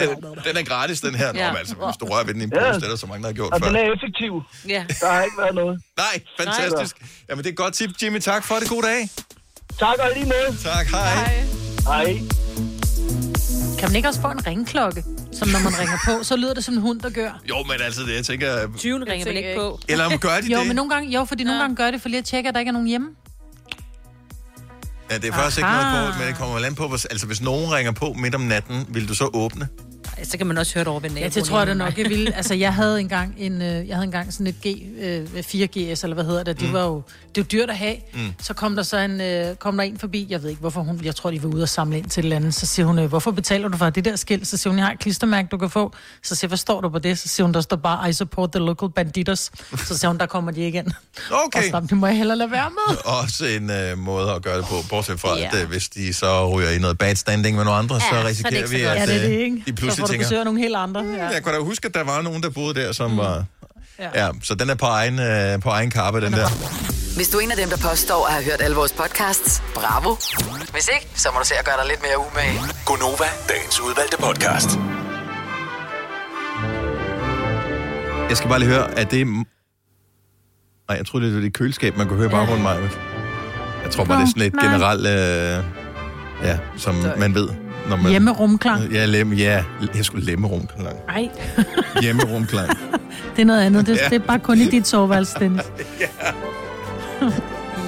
[SPEAKER 1] Den, den er gratis, den her. Nå,
[SPEAKER 21] Ja.
[SPEAKER 1] men altså, hvis du rører ved den i en pose, det er der så mange, der har gjort
[SPEAKER 21] Og
[SPEAKER 1] før.
[SPEAKER 21] den er effektiv.
[SPEAKER 4] Ja.
[SPEAKER 21] Der har ikke været noget.
[SPEAKER 1] Nej, fantastisk. Jamen, det er et godt tip, Jimmy. Tak for det. God dag.
[SPEAKER 21] Tak og lige med.
[SPEAKER 1] Tak, hej. Hej.
[SPEAKER 21] Hej.
[SPEAKER 3] Kan man ikke også få en ringklokke, som når man ringer på, så lyder det som en hund, der gør?
[SPEAKER 1] Jo, men altså, det, jeg tænker...
[SPEAKER 4] Tyven ringer vel ikke på?
[SPEAKER 1] Eller om gør de
[SPEAKER 3] jo,
[SPEAKER 1] det?
[SPEAKER 3] Men nogle gange, jo, fordi nogle gange gør det for lige at tjekke, at der ikke er nogen hjemme.
[SPEAKER 1] Ja, det er faktisk ikke
[SPEAKER 3] Aha.
[SPEAKER 1] noget på, men det kommer vel an på, hvor, altså hvis nogen ringer på midt om natten, vil du så åbne?
[SPEAKER 4] Så kan man også høre det over ved naboen.
[SPEAKER 3] Ja, det tror jeg da nok, jeg ville. Altså, jeg havde engang, en, øh, jeg havde engang sådan et G, øh, 4GS, eller hvad hedder det. Det
[SPEAKER 4] Mm.
[SPEAKER 3] var jo det var dyrt at have.
[SPEAKER 4] Mm.
[SPEAKER 3] Mm. Så kom der så en, øh, kom der en forbi, jeg ved ikke, hvorfor hun, jeg tror, de var ude og samle ind til et eller andet. Så siger hun, øh, hvorfor betaler du for det der skilt? Så siger hun, jeg har et klistermærke, du kan få. Så siger jeg, hvad står der på det? Så siger hun, der står bare, I support the local banditers. Så siger hun, der kommer de igen.
[SPEAKER 1] Okay.
[SPEAKER 3] Og så, det må jeg hellere lade være med.
[SPEAKER 1] Også en øh, måde at gøre det på, bortset fra,
[SPEAKER 3] Ja.
[SPEAKER 1] yeah. at øh, hvis de så ryger i noget bad standing med nogle andre, ja,
[SPEAKER 3] Ja, så er
[SPEAKER 1] så
[SPEAKER 3] det
[SPEAKER 1] risikerer
[SPEAKER 3] ikke så
[SPEAKER 1] vi,
[SPEAKER 3] godt.
[SPEAKER 1] at
[SPEAKER 3] Ja, det er det,
[SPEAKER 1] øh,
[SPEAKER 3] ikke?
[SPEAKER 1] de
[SPEAKER 3] Så får
[SPEAKER 1] pludselig
[SPEAKER 3] du
[SPEAKER 1] tænker, "Hm,
[SPEAKER 3] besøg af nogle helt andre. Ja.
[SPEAKER 1] jeg kunne da huske, at der var nogen, der boede der, som var...
[SPEAKER 3] Mm. Ja.
[SPEAKER 1] ja, så den er på egen, øh, på egen kappe, den der.
[SPEAKER 5] Hvis du er en af dem, der påstår at have hørt alle vores podcasts, bravo. Hvis ikke, så må du se at gøre dig lidt mere umage.
[SPEAKER 16] Gonova, dagens udvalgte podcast.
[SPEAKER 1] Jeg skal bare lige høre, at det... Nej, jeg troede, det var det køleskab, man kunne høre i baggrunden, mig. Jeg tror bare, det er sådan et
[SPEAKER 3] Nå, nej.
[SPEAKER 1] generelt... Øh, ja, som man ved, når man...
[SPEAKER 3] Hjemmerumklang.
[SPEAKER 1] Ja, lem, ja. jeg skulle lemme rumklang.
[SPEAKER 3] Nej,
[SPEAKER 1] Hjemme rumklang.
[SPEAKER 3] det er noget andet. Det,
[SPEAKER 1] Ja.
[SPEAKER 3] ja. det er bare kun i dit soveværelse, Dennis.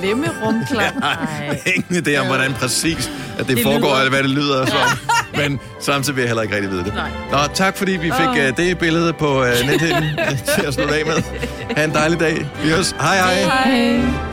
[SPEAKER 2] Lemme rumklang.
[SPEAKER 1] Ingen idé om, hvordan præcis at det,
[SPEAKER 2] Det
[SPEAKER 1] det foregår,
[SPEAKER 2] lyder.
[SPEAKER 1] eller hvad det lyder som. Men samtidig vil jeg heller ikke rigtig vide det.
[SPEAKER 2] Nej.
[SPEAKER 1] Nå, tak fordi vi fik
[SPEAKER 2] Åh.
[SPEAKER 1] uh, det billede på uh, nethinden øh, til at slutte af med. Ha' en dejlig dag. Vi høres. Hej hej.
[SPEAKER 7] Hej.